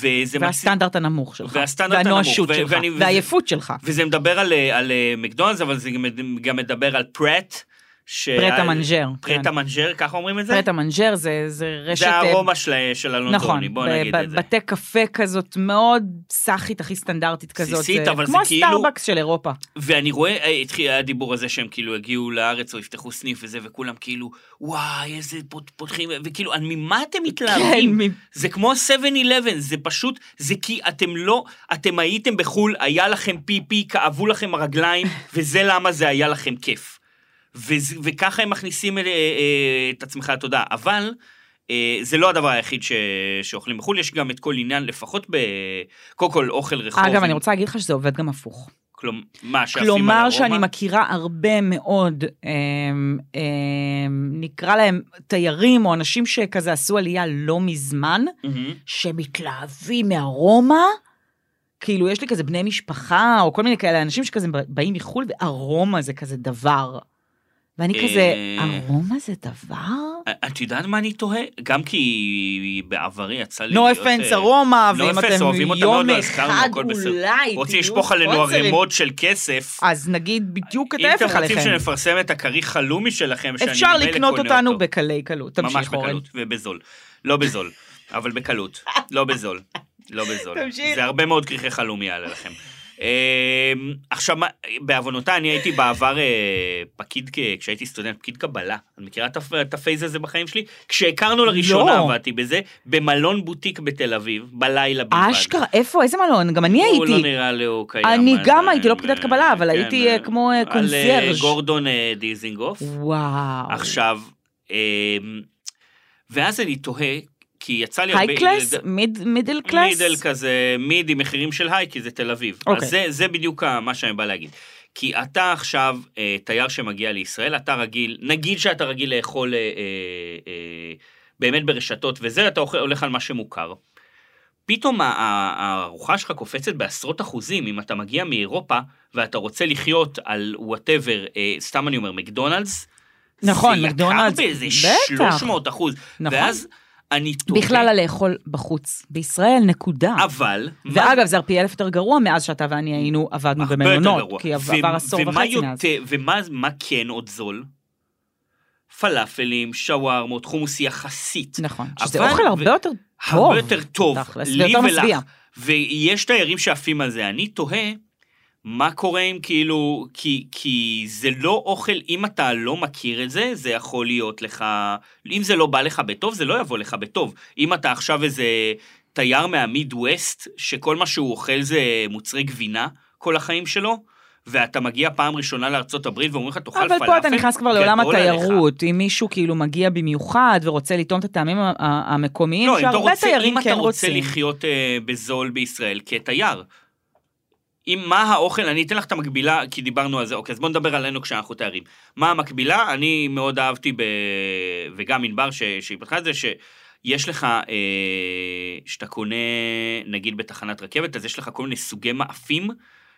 [SPEAKER 2] וזה מצ...
[SPEAKER 1] והסטנדרט הנמוך שלך.
[SPEAKER 2] והסטנדרט הנמוך,
[SPEAKER 1] והנואשות
[SPEAKER 2] ו-
[SPEAKER 1] שלך.
[SPEAKER 2] ואני- וזה-
[SPEAKER 1] והעייפות שלך.
[SPEAKER 2] וזה מדבר על, אה, על אה, מקדונלדס, אבל זה גם, גם מדבר על פרט. ש...
[SPEAKER 1] פרט המנג'ר.
[SPEAKER 2] אה,
[SPEAKER 1] כן.
[SPEAKER 2] פרט המנג'ר, ככה אומרים את זה?
[SPEAKER 1] פרט המנג'ר זה, זה רשת...
[SPEAKER 2] זה
[SPEAKER 1] אה,
[SPEAKER 2] הארומה של, של הלונדוני,
[SPEAKER 1] נכון,
[SPEAKER 2] בוא
[SPEAKER 1] ב-
[SPEAKER 2] נגיד
[SPEAKER 1] ב-
[SPEAKER 2] את זה.
[SPEAKER 1] בתי קפה כזאת מאוד סאחית, הכי סטנדרטית כזאת.
[SPEAKER 2] בסיסית,
[SPEAKER 1] זה
[SPEAKER 2] אבל זה
[SPEAKER 1] כמו
[SPEAKER 2] כאילו-
[SPEAKER 1] הסטארבקס של אירופה.
[SPEAKER 2] ואני רואה, אה, התחיל הדיבור הזה שהם כאילו הגיעו לארץ או יפתחו סניף וזה, וכולם כאילו, וואי, איזה פות- פותחים, וכאילו, על ממה אתם מתלהבים?
[SPEAKER 1] מ-
[SPEAKER 2] זה כמו ה-7-11, זה פשוט, זה כי אתם לא, אתם הייתם בחו"ל, היה לכם פיפי, כאבו לכם הרגליים, וזה למה זה היה לכם כיף. וזה, וככה הם מכניסים את, אה, אה, את עצמך לתודעה. אבל אה, זה לא הדבר היחיד ש, שאוכלים בחו"ל, יש גם את כל עניין, לפחות ב... קודם כל אוכל רחוב.
[SPEAKER 1] אגב, אני רוצה להגיד לך שזה עובד גם הפוך.
[SPEAKER 2] כלומר, מה, שעפים על
[SPEAKER 1] כלומר
[SPEAKER 2] ארומה?
[SPEAKER 1] שאני מכירה הרבה מאוד, אמ, אמ, נקרא להם תיירים או אנשים שכזה עשו עלייה לא מזמן,
[SPEAKER 2] מהמם.
[SPEAKER 1] שמתלהבים מארומה. כאילו, יש לי כזה בני משפחה, או כל מיני כאלה אנשים שכזה באים מחו"ל, וארומה זה כזה דבר. ואני כזה,
[SPEAKER 2] אה.
[SPEAKER 1] ארומה זה דבר?
[SPEAKER 2] את יודעת מה אני תוהה? גם כי בעברי יצא לי...
[SPEAKER 1] נו
[SPEAKER 2] להיות,
[SPEAKER 1] אפנס
[SPEAKER 2] אה,
[SPEAKER 1] ארומה,
[SPEAKER 2] No
[SPEAKER 1] ואם
[SPEAKER 2] offense,
[SPEAKER 1] אתם
[SPEAKER 2] אוהבים אותה מאוד,
[SPEAKER 1] יום
[SPEAKER 2] לא הזכרנו,
[SPEAKER 1] אחד
[SPEAKER 2] הכל בסדר.
[SPEAKER 1] אולי
[SPEAKER 2] רוצים
[SPEAKER 1] תהיו
[SPEAKER 2] לשפוך עלינו
[SPEAKER 1] ספונסרים.
[SPEAKER 2] ערימות של כסף.
[SPEAKER 1] אז נגיד בדיוק את ההפך
[SPEAKER 2] אם אתם רוצים
[SPEAKER 1] עליכם.
[SPEAKER 2] שנפרסם את הכריך חלומי שלכם, שאני
[SPEAKER 1] אפשר
[SPEAKER 2] ממילא
[SPEAKER 1] לקנות
[SPEAKER 2] קונה
[SPEAKER 1] אותנו
[SPEAKER 2] אותו.
[SPEAKER 1] בקלי קלות.
[SPEAKER 2] ממש
[SPEAKER 1] תמשיך אורן.
[SPEAKER 2] בקלות, ובזול. לא בזול, אבל בקלות. לא בזול. לא בזול.
[SPEAKER 1] תמשיך.
[SPEAKER 2] זה הרבה מאוד כריכי חלומי יעלה לכם. אמ, עכשיו, מה- בעוונותה, אני הייתי בעבר אה, פקיד, כ- כשהייתי סטודנט, פקיד קבלה. את מכירה את הפ- את הפייז הזה בחיים שלי? כשהכרנו לראשונה,
[SPEAKER 1] לא.
[SPEAKER 2] עבדתי בזה, במלון בוטיק בתל אביב, בלילה בלבד.
[SPEAKER 1] אשכרה, איפה, איזה מלון? גם אני
[SPEAKER 2] הוא לא
[SPEAKER 1] הייתי.
[SPEAKER 2] נראה לי הוא קיים.
[SPEAKER 1] אני
[SPEAKER 2] אז,
[SPEAKER 1] גם
[SPEAKER 2] אה,
[SPEAKER 1] הייתי, לא פקידת
[SPEAKER 2] אה,
[SPEAKER 1] קבלה, אבל
[SPEAKER 2] כן,
[SPEAKER 1] הייתי, אה,
[SPEAKER 2] אה,
[SPEAKER 1] כמו, אה,
[SPEAKER 2] על אה,
[SPEAKER 1] קונסיירג'.
[SPEAKER 2] גורדון אה, דיזינגוף.
[SPEAKER 1] וואו.
[SPEAKER 2] עכשיו, אמ, ואז אני תוהה, כי יצא לי הרבה...
[SPEAKER 1] היי קלאס? מידל קלאס?
[SPEAKER 2] מידל כזה, מיד עם מחירים של היי, כי זה תל אביב.
[SPEAKER 1] אוקיי.
[SPEAKER 2] אז זה, זה בדיוק ה- מה שאני בא להגיד. כי אתה עכשיו אה, תייר שמגיע לישראל, אתה רגיל, נגיד שאתה רגיל לאכול אה, אה, אה, באמת ברשתות וזה, אתה אוכל- הולך על מה שמוכר. פתאום ה- ה- הארוחה שלך קופצת בעשרות אחוזים אם אתה מגיע מאירופה ואתה רוצה לחיות על וואטאבר, אה, סתם אני אומר, מקדונלדס.
[SPEAKER 1] נכון,
[SPEAKER 2] זה
[SPEAKER 1] מקדונלדס,
[SPEAKER 2] יקר באיזה
[SPEAKER 1] בטח.
[SPEAKER 2] 300 אחוז.
[SPEAKER 1] נכון.
[SPEAKER 2] ואז אני תוהה,
[SPEAKER 1] בכלל הלאכול בחוץ. בישראל, נקודה.
[SPEAKER 2] אבל... מה
[SPEAKER 1] ואגב, זה פי אלף יותר גרוע מאז שאתה ואני היינו, עבדנו
[SPEAKER 2] הרבה יותר
[SPEAKER 1] במלונות.
[SPEAKER 2] גרוע.
[SPEAKER 1] כי
[SPEAKER 2] ו-
[SPEAKER 1] עבר עשור
[SPEAKER 2] ומה
[SPEAKER 1] וחצי מאז.
[SPEAKER 2] יותר- ומה מה כן עוד זול? פלאפלים, שווארמות, חומוס יחסית.
[SPEAKER 1] נכון. שזה
[SPEAKER 2] אבל-
[SPEAKER 1] אוכל הרבה
[SPEAKER 2] ו-
[SPEAKER 1] יותר טוב.
[SPEAKER 2] הרבה יותר טוב,
[SPEAKER 1] נכון, תכלס,
[SPEAKER 2] לי
[SPEAKER 1] ויותר משביע.
[SPEAKER 2] ולך. ויש תיירים שעפים על זה. אני תוהה, מה קורה אם כאילו, כי, כי זה לא אוכל, אם אתה לא מכיר את זה, זה יכול להיות לך, אם זה לא בא לך בטוב, זה לא יבוא לך בטוב. אם אתה עכשיו איזה תייר מהמיד ווסט, שכל מה שהוא אוכל זה מוצרי גבינה כל החיים שלו, ואתה מגיע פעם ראשונה לארצות הברית ואומרים לך, תאכל פלאפל,
[SPEAKER 1] אבל פה אתה נכנס כבר לעולם
[SPEAKER 2] גדול עליך."
[SPEAKER 1] התיירות, אם מישהו כאילו מגיע במיוחד ורוצה לטעום את הטעמים ה- ה- המקומיים,
[SPEAKER 2] לא, אם אתה
[SPEAKER 1] שהרבה
[SPEAKER 2] רוצה,
[SPEAKER 1] תיירים
[SPEAKER 2] אם
[SPEAKER 1] כן
[SPEAKER 2] אתה רוצה
[SPEAKER 1] רוצים.
[SPEAKER 2] לחיות אה, בזול בישראל כתייר, אם מה האוכל, אני אתן לך את המקבילה, כי דיברנו על זה, אוקיי, אז בוא נדבר עלינו כשאנחנו תיירים. מה המקבילה? אני מאוד אהבתי, ב... וגם ענבר ש... שהיא פתחה את זה, שיש לך, אה, שאתה קונה, נגיד בתחנת רכבת, אז יש לך כל מיני סוגי מאפים.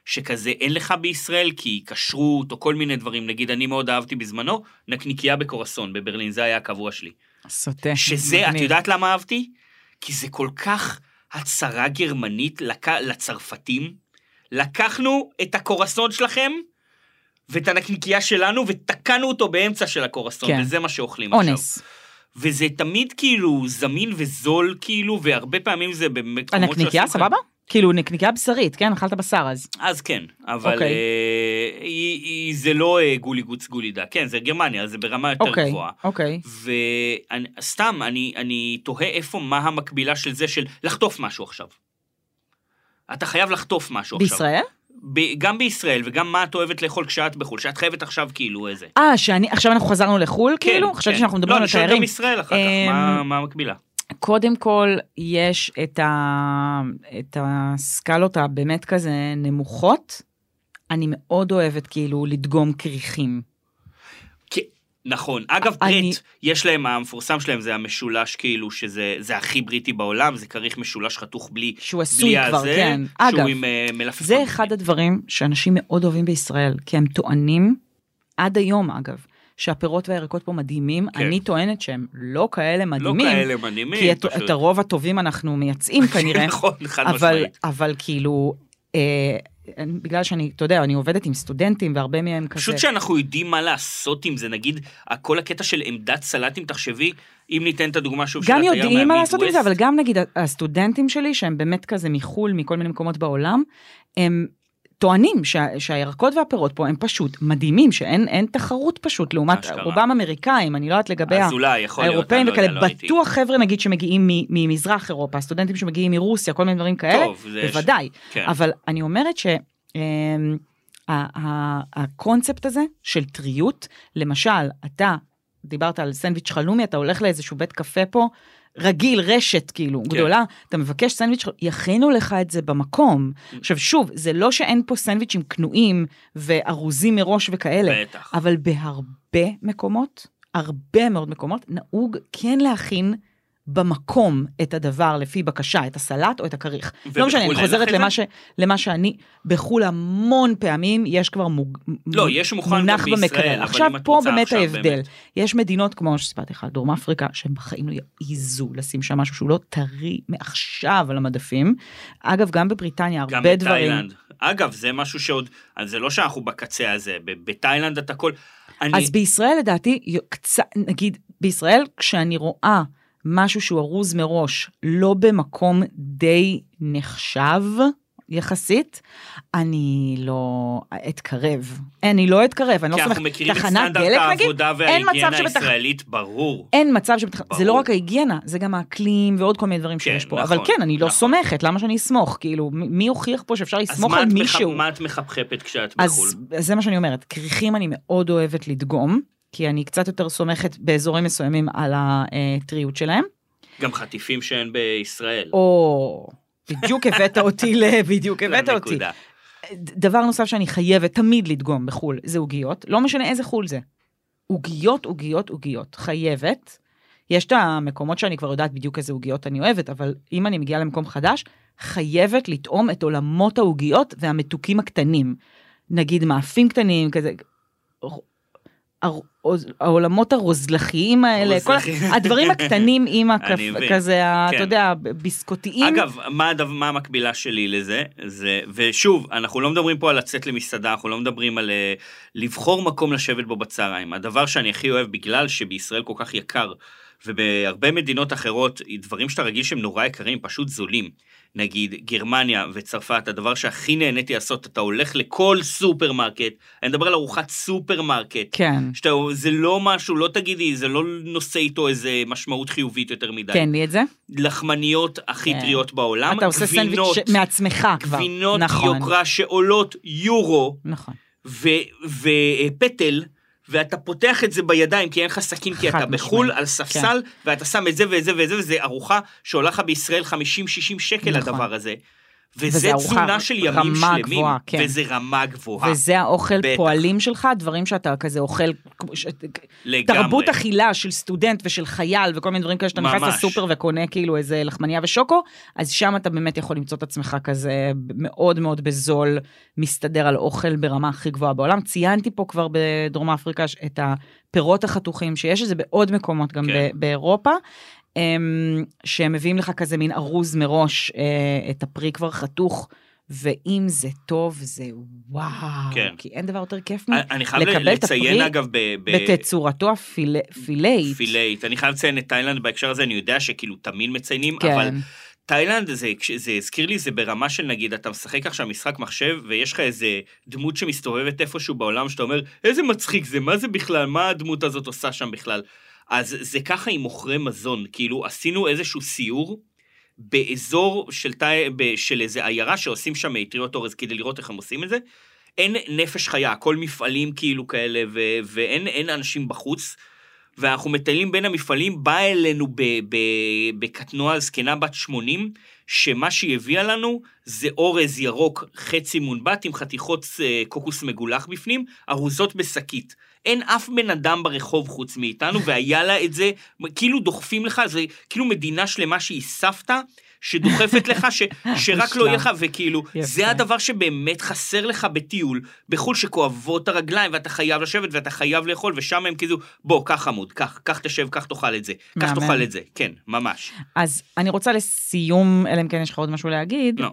[SPEAKER 2] שכזה אין לך בישראל, כי כשרות או כל מיני דברים, נגיד אני מאוד אהבתי בזמנו, נקניקייה בקורסון בברלין, זה היה הקבוע שלי.
[SPEAKER 1] סוטה.
[SPEAKER 2] שזה, את
[SPEAKER 1] מגניב.
[SPEAKER 2] יודעת למה אהבתי? כי זה כל כך הצהרה גרמנית לק... לצרפתים. לקחנו את הקורסון שלכם ואת הנקניקייה שלנו ותקענו אותו באמצע של הקורסון,
[SPEAKER 1] כן.
[SPEAKER 2] כן. וזה מה שאוכלים עכשיו.
[SPEAKER 1] אונס.
[SPEAKER 2] וזה תמיד כאילו זמין וזול כאילו, והרבה פעמים זה במקומות
[SPEAKER 1] הנקניקיה,
[SPEAKER 2] שעשו כאן-
[SPEAKER 1] סבבה? כאילו, נקניקיה בשרית, כן? אכלת בשר אז.
[SPEAKER 2] אז כן, אבל okay.
[SPEAKER 1] אוקיי.
[SPEAKER 2] אה, היא, היא, זה לא אה, גולי גוץ גולידה, כן, זה גרמניה, זה ברמה יותר okay.
[SPEAKER 1] אוקיי,
[SPEAKER 2] גבוהה.
[SPEAKER 1] אוקיי.
[SPEAKER 2] וסתם, אני, אני תוהה איפה, מה המקבילה של זה, של לחטוף משהו עכשיו. אתה חייב לחטוף משהו עכשיו.
[SPEAKER 1] בישראל?
[SPEAKER 2] בישראל? גם בישראל, וגם מה את אוהבת לאכול כשאת בחו"ל, שאת חייבת עכשיו כאילו איזה.
[SPEAKER 1] אה, שאני, עכשיו אנחנו חזרנו לחו"ל, כאילו? חשבתי שאנחנו מדברים
[SPEAKER 2] לא,
[SPEAKER 1] על
[SPEAKER 2] אני שואל
[SPEAKER 1] תיירים. אמ,
[SPEAKER 2] גם ישראל אחר כך, מה- מה המקבילה?
[SPEAKER 1] קודם כל, יש את, ה... את הסקלות הבאמת כזה נמוכות. אני מאוד אוהבת כאילו לדגום כריכים.
[SPEAKER 2] כן, נכון. אגב,
[SPEAKER 1] אני-
[SPEAKER 2] ברית, יש להם, המפורסם שלהם זה המשולש, כאילו, שזה זה הכי בריטי בעולם, זה כריך משולש חתוך בלי...
[SPEAKER 1] שהוא עשוי
[SPEAKER 2] בלי
[SPEAKER 1] כבר,
[SPEAKER 2] הזה,
[SPEAKER 1] כן.
[SPEAKER 2] שהוא
[SPEAKER 1] אגב,
[SPEAKER 2] עם אה, מלפפון.
[SPEAKER 1] זה אחד הדברים שאנשים מאוד אוהבים בישראל, כי הם טוענים, עד היום אגב, שהפירות והירקות פה מדהימים,
[SPEAKER 2] כן.
[SPEAKER 1] אני טוענת שהם לא כאלה
[SPEAKER 2] לא
[SPEAKER 1] מדהימים,
[SPEAKER 2] כאלה מדהימים,
[SPEAKER 1] כי את,
[SPEAKER 2] פשוט.
[SPEAKER 1] את הרוב הטובים אנחנו מייצאים כנראה,
[SPEAKER 2] נכון, חד
[SPEAKER 1] אבל,
[SPEAKER 2] משמעית.
[SPEAKER 1] אבל כאילו, אה, אני- בגלל שאני, אתה יודע, אני עובדת עם סטודנטים והרבה מהם כזה.
[SPEAKER 2] פשוט שאנחנו יודעים מה לעשות עם זה, נגיד, כל הקטע של עמדת סלטים, תחשבי, אם ניתן את הדוגמה שוב של
[SPEAKER 1] גם
[SPEAKER 2] התייר
[SPEAKER 1] יודעים מה
[SPEAKER 2] מהמידווסט,
[SPEAKER 1] לעשות עם זה, אבל גם נגיד הסטודנטים שלי, שהם באמת כזה מחו"ל, מכל מיני מקומות בעולם, הם טוענים שה, שהירקות והפירות פה הם פשוט מדהימים, שאין אין תחרות פשוט, לעומת
[SPEAKER 2] אשכרה.
[SPEAKER 1] רובם אמריקאים, אני לא יודעת לגבי ה-
[SPEAKER 2] אז אולי, יכול להיות,
[SPEAKER 1] האירופאים
[SPEAKER 2] אני לא
[SPEAKER 1] וכאלה,
[SPEAKER 2] יודע, לא הייתי.
[SPEAKER 1] בטוח חבר'ה נגיד שמגיעים מ- ממזרח אירופה, סטודנטים שמגיעים מרוסיה, כל מיני דברים כאלה,
[SPEAKER 2] טוב, זה...
[SPEAKER 1] בוודאי.
[SPEAKER 2] כן.
[SPEAKER 1] אבל אני אומרת ש... אמ, ה- ה- הקונספט הזה של טריות, למשל, אתה דיברת על סנדוויץ' חלומי, אתה הולך לאיזשהו בית קפה פה, רגיל, רשת כאילו, כן. גדולה, אתה מבקש סנדוויץ', חל- יכינו לך את זה במקום. עכשיו שוב, זה לא שאין פה סנדוויצ'ים כנועים וארוזים מראש וכאלה,
[SPEAKER 2] בטח.
[SPEAKER 1] אבל בהרבה מקומות, הרבה מאוד מקומות, נהוג כן להכין במקום את הדבר לפי בקשה, את הסלט או את הכריך. לא משנה, אני
[SPEAKER 2] ובחו"ל אין
[SPEAKER 1] חוזרת
[SPEAKER 2] לך את
[SPEAKER 1] למה,
[SPEAKER 2] זה?
[SPEAKER 1] ש, למה שאני, בחו"ל המון פעמים יש כבר מוג,
[SPEAKER 2] לא, יש מוכן גם
[SPEAKER 1] מונח
[SPEAKER 2] בישראל,
[SPEAKER 1] במקרר.
[SPEAKER 2] אבל
[SPEAKER 1] עכשיו,
[SPEAKER 2] אם את
[SPEAKER 1] פה
[SPEAKER 2] רוצה
[SPEAKER 1] באמת
[SPEAKER 2] עכשיו,
[SPEAKER 1] ההבדל.
[SPEAKER 2] באמת.
[SPEAKER 1] יש מדינות, כמו שסיפרתי לך, דרום אפריקה, שהם בחיים לא יעיזו לשים שם משהו שהוא לא טרי מעכשיו על המדפים. אגב, גם בבריטניה,
[SPEAKER 2] גם
[SPEAKER 1] הרבה דברים.
[SPEAKER 2] בתאילנד. אגב, זה משהו שעוד, אז זה לא שאנחנו בקצה הזה, ב- בתאילנד אתה כל... אני...
[SPEAKER 1] אז בישראל לדעתי, יו- קצת, נגיד, בישראל כשאני רואה משהו שהוא ארוז מראש, לא במקום די נחשב יחסית, אני לא אתקרב. אני לא אתקרב, אני לא
[SPEAKER 2] כי
[SPEAKER 1] סומכת.
[SPEAKER 2] אנחנו מכירים את
[SPEAKER 1] תחנת
[SPEAKER 2] סטנדרט
[SPEAKER 1] דלק נגיד,
[SPEAKER 2] העבודה
[SPEAKER 1] אין מצב
[SPEAKER 2] וההיגיינה
[SPEAKER 1] שבתח-
[SPEAKER 2] הישראלית, ברור.
[SPEAKER 1] אין מצב שבתח... זה לא
[SPEAKER 2] ברור.
[SPEAKER 1] רק ההיגיינה, זה גם האקלים ועוד כל מיני דברים שיש
[SPEAKER 2] כן,
[SPEAKER 1] פה.
[SPEAKER 2] נכון,
[SPEAKER 1] אבל כן, אני לא
[SPEAKER 2] נכון.
[SPEAKER 1] סומכת, למה שאני אסמוך? כאילו, מ- מי הוכיח פה שאפשר
[SPEAKER 2] אז
[SPEAKER 1] לסמוך
[SPEAKER 2] מה
[SPEAKER 1] על
[SPEAKER 2] את מח-
[SPEAKER 1] מישהו?
[SPEAKER 2] מה את מחפחפת כשאת בחו"ל?
[SPEAKER 1] אז אז זה מה שאני אומרת, כריכים אני מאוד אוהבת לדגום, כי אני קצת יותר סומכת באזורים מסוימים על הטריות שלהם,
[SPEAKER 2] גם חטיפים שאין בישראל.
[SPEAKER 1] או בדיוק הבאת אותי ל... בדיוק אוקיי, הבאת אותי.
[SPEAKER 2] לנקודה.
[SPEAKER 1] ד- דבר נוסף שאני חייבת תמיד לדגום בחו"ל זה עוגיות, לא משנה איזה חו"ל זה. עוגיות, עוגיות, עוגיות, חייבת. יש את המקומות שאני כבר יודעת בדיוק איזה עוגיות אני אוהבת, אבל אם אני מגיעה למקום חדש, חייבת לטעום את עולמות העוגיות והמתוקים הקטנים. נגיד מאפים קטנים, כזה... ר- הר- עוז- העולמות הרוזלחיים האלה, כל
[SPEAKER 2] הרוזלחים.
[SPEAKER 1] הדברים הקטנים עם
[SPEAKER 2] אני מבין.
[SPEAKER 1] הכף- כזה, ה-
[SPEAKER 2] כן.
[SPEAKER 1] אתה יודע, ביסקוטיים.
[SPEAKER 2] אגב, מה, הדו, מה המקבילה שלי לזה? זה, ושוב, אנחנו לא מדברים פה על לצאת למסעדה, אנחנו לא מדברים על אה, לבחור מקום לשבת בו בצהריים. הדבר שאני הכי אוהב, בגלל שבישראל כל כך יקר, ובהרבה מדינות אחרות, דברים שאתה רגיל שהם נורא יקרים, פשוט זולים. נגיד, גרמניה וצרפת, הדבר שהכי נהניתי לעשות, אתה הולך לכל סופרמרקט, אני מדבר על ארוחת סופרמרקט,
[SPEAKER 1] כן.
[SPEAKER 2] שאתה, זה לא משהו, לא תגידי, זה לא נושא איתו איזה משמעות חיובית יותר
[SPEAKER 1] תן
[SPEAKER 2] מדי.
[SPEAKER 1] כן, לי את זה.
[SPEAKER 2] לחמניות הכי
[SPEAKER 1] כן.
[SPEAKER 2] טריות בעולם,
[SPEAKER 1] אתה עושה סנדוויץ'
[SPEAKER 2] גבינות,
[SPEAKER 1] ש- מעצמך כבר.
[SPEAKER 2] גבינות
[SPEAKER 1] נכון,
[SPEAKER 2] יוקרה שעולות יורו
[SPEAKER 1] נכון.
[SPEAKER 2] ופטל. ואתה פותח את זה בידיים, כי אין לך סכין, כי
[SPEAKER 1] חד
[SPEAKER 2] אתה בחו"ל,
[SPEAKER 1] משמעית, כן.
[SPEAKER 2] על ספסל, ואתה שם את זה ואת זה ואת זה, וזה ארוחה שעולה לך בישראל 50-60 שקל
[SPEAKER 1] נכון.
[SPEAKER 2] הדבר הזה.
[SPEAKER 1] וזה
[SPEAKER 2] וזה
[SPEAKER 1] ארוחה
[SPEAKER 2] תזונה של ימים
[SPEAKER 1] רמה
[SPEAKER 2] שלמים,
[SPEAKER 1] גבוהה, כן.
[SPEAKER 2] וזה רמה גבוהה,
[SPEAKER 1] וזה האוכל
[SPEAKER 2] בטח.
[SPEAKER 1] פועלים שלך, דברים שאתה כזה אוכל, כמו ש-
[SPEAKER 2] לגמרי.
[SPEAKER 1] תרבות אכילה של סטודנט ושל חייל וכל מיני דברים כאלה, שאתה נכנס
[SPEAKER 2] ממש.
[SPEAKER 1] לסופר וקונה כאילו איזה לחמניה ושוקו, אז שם אתה באמת יכול למצוא את עצמך כזה מאוד מאוד בזול, מסתדר על אוכל ברמה הכי גבוהה בעולם. ציינתי פה כבר בדרום אפריקה ש- את הפירות החתוכים, שיש את זה בעוד מקומות גם
[SPEAKER 2] כן.
[SPEAKER 1] ב- באירופה. אמ, שהם מביאים לך כזה מין ארוז מראש, אה, את הפרי כבר חתוך, ואם זה טוב, זה וואו,
[SPEAKER 2] כן.
[SPEAKER 1] כי אין דבר יותר כיף מזה.
[SPEAKER 2] אני אני חייב
[SPEAKER 1] לקבל את
[SPEAKER 2] לציין,
[SPEAKER 1] הפרי
[SPEAKER 2] אגב, ב- ב-
[SPEAKER 1] בתצורתו הפיל... פילאית.
[SPEAKER 2] פילאית. אני חייב לציין את תאילנד בהקשר הזה, אני יודע שכאילו תמיד מציינים,
[SPEAKER 1] כן,
[SPEAKER 2] אבל תאילנד זה, זה הזכיר לי, זה ברמה של נגיד, אתה משחק עכשיו משחק מחשב, ויש לך איזה דמות שמסתובבת איפשהו בעולם, שאתה אומר, איזה מצחיק זה, מה זה בכלל, מה הדמות הזאת עושה שם בכלל? אז זה ככה עם מוכרי מזון, כאילו עשינו איזשהו סיור באזור של, תאי, ב- של איזה עיירה שעושים שם מטריות אורז כדי לראות איך הם עושים את זה. אין נפש חיה, הכל מפעלים כאילו כאלה, ו- ואין אין אנשים בחוץ. ואנחנו מטיילים בין המפעלים, באה אלינו ב- ב- בקטנוע זקנה בת 80, שמה שהיא הביאה לנו זה אורז ירוק חצי מונבט עם חתיכות אה, קוקוס מגולח בפנים, ארוזות בשקית. אין אף בן אדם ברחוב חוץ מאיתנו, והיה לה את זה, כאילו דוחפים לך, זה כאילו מדינה שלמה שהיא סבתא, שדוחפת לך, ש, שרק לא יהיה לך, וכאילו,
[SPEAKER 1] יפה.
[SPEAKER 2] זה הדבר שבאמת חסר לך בטיול, בחו"ל שכואבות הרגליים, ואתה חייב לשבת, ואתה חייב לאכול, ושם הם כאילו, בוא, קח חמוד, קח, קח תשב, קח תאכל את זה, קח
[SPEAKER 1] מהמם.
[SPEAKER 2] תאכל את זה, כן, ממש.
[SPEAKER 1] אז אני רוצה לסיום, אלא אם כן יש לך עוד משהו להגיד,
[SPEAKER 2] לא.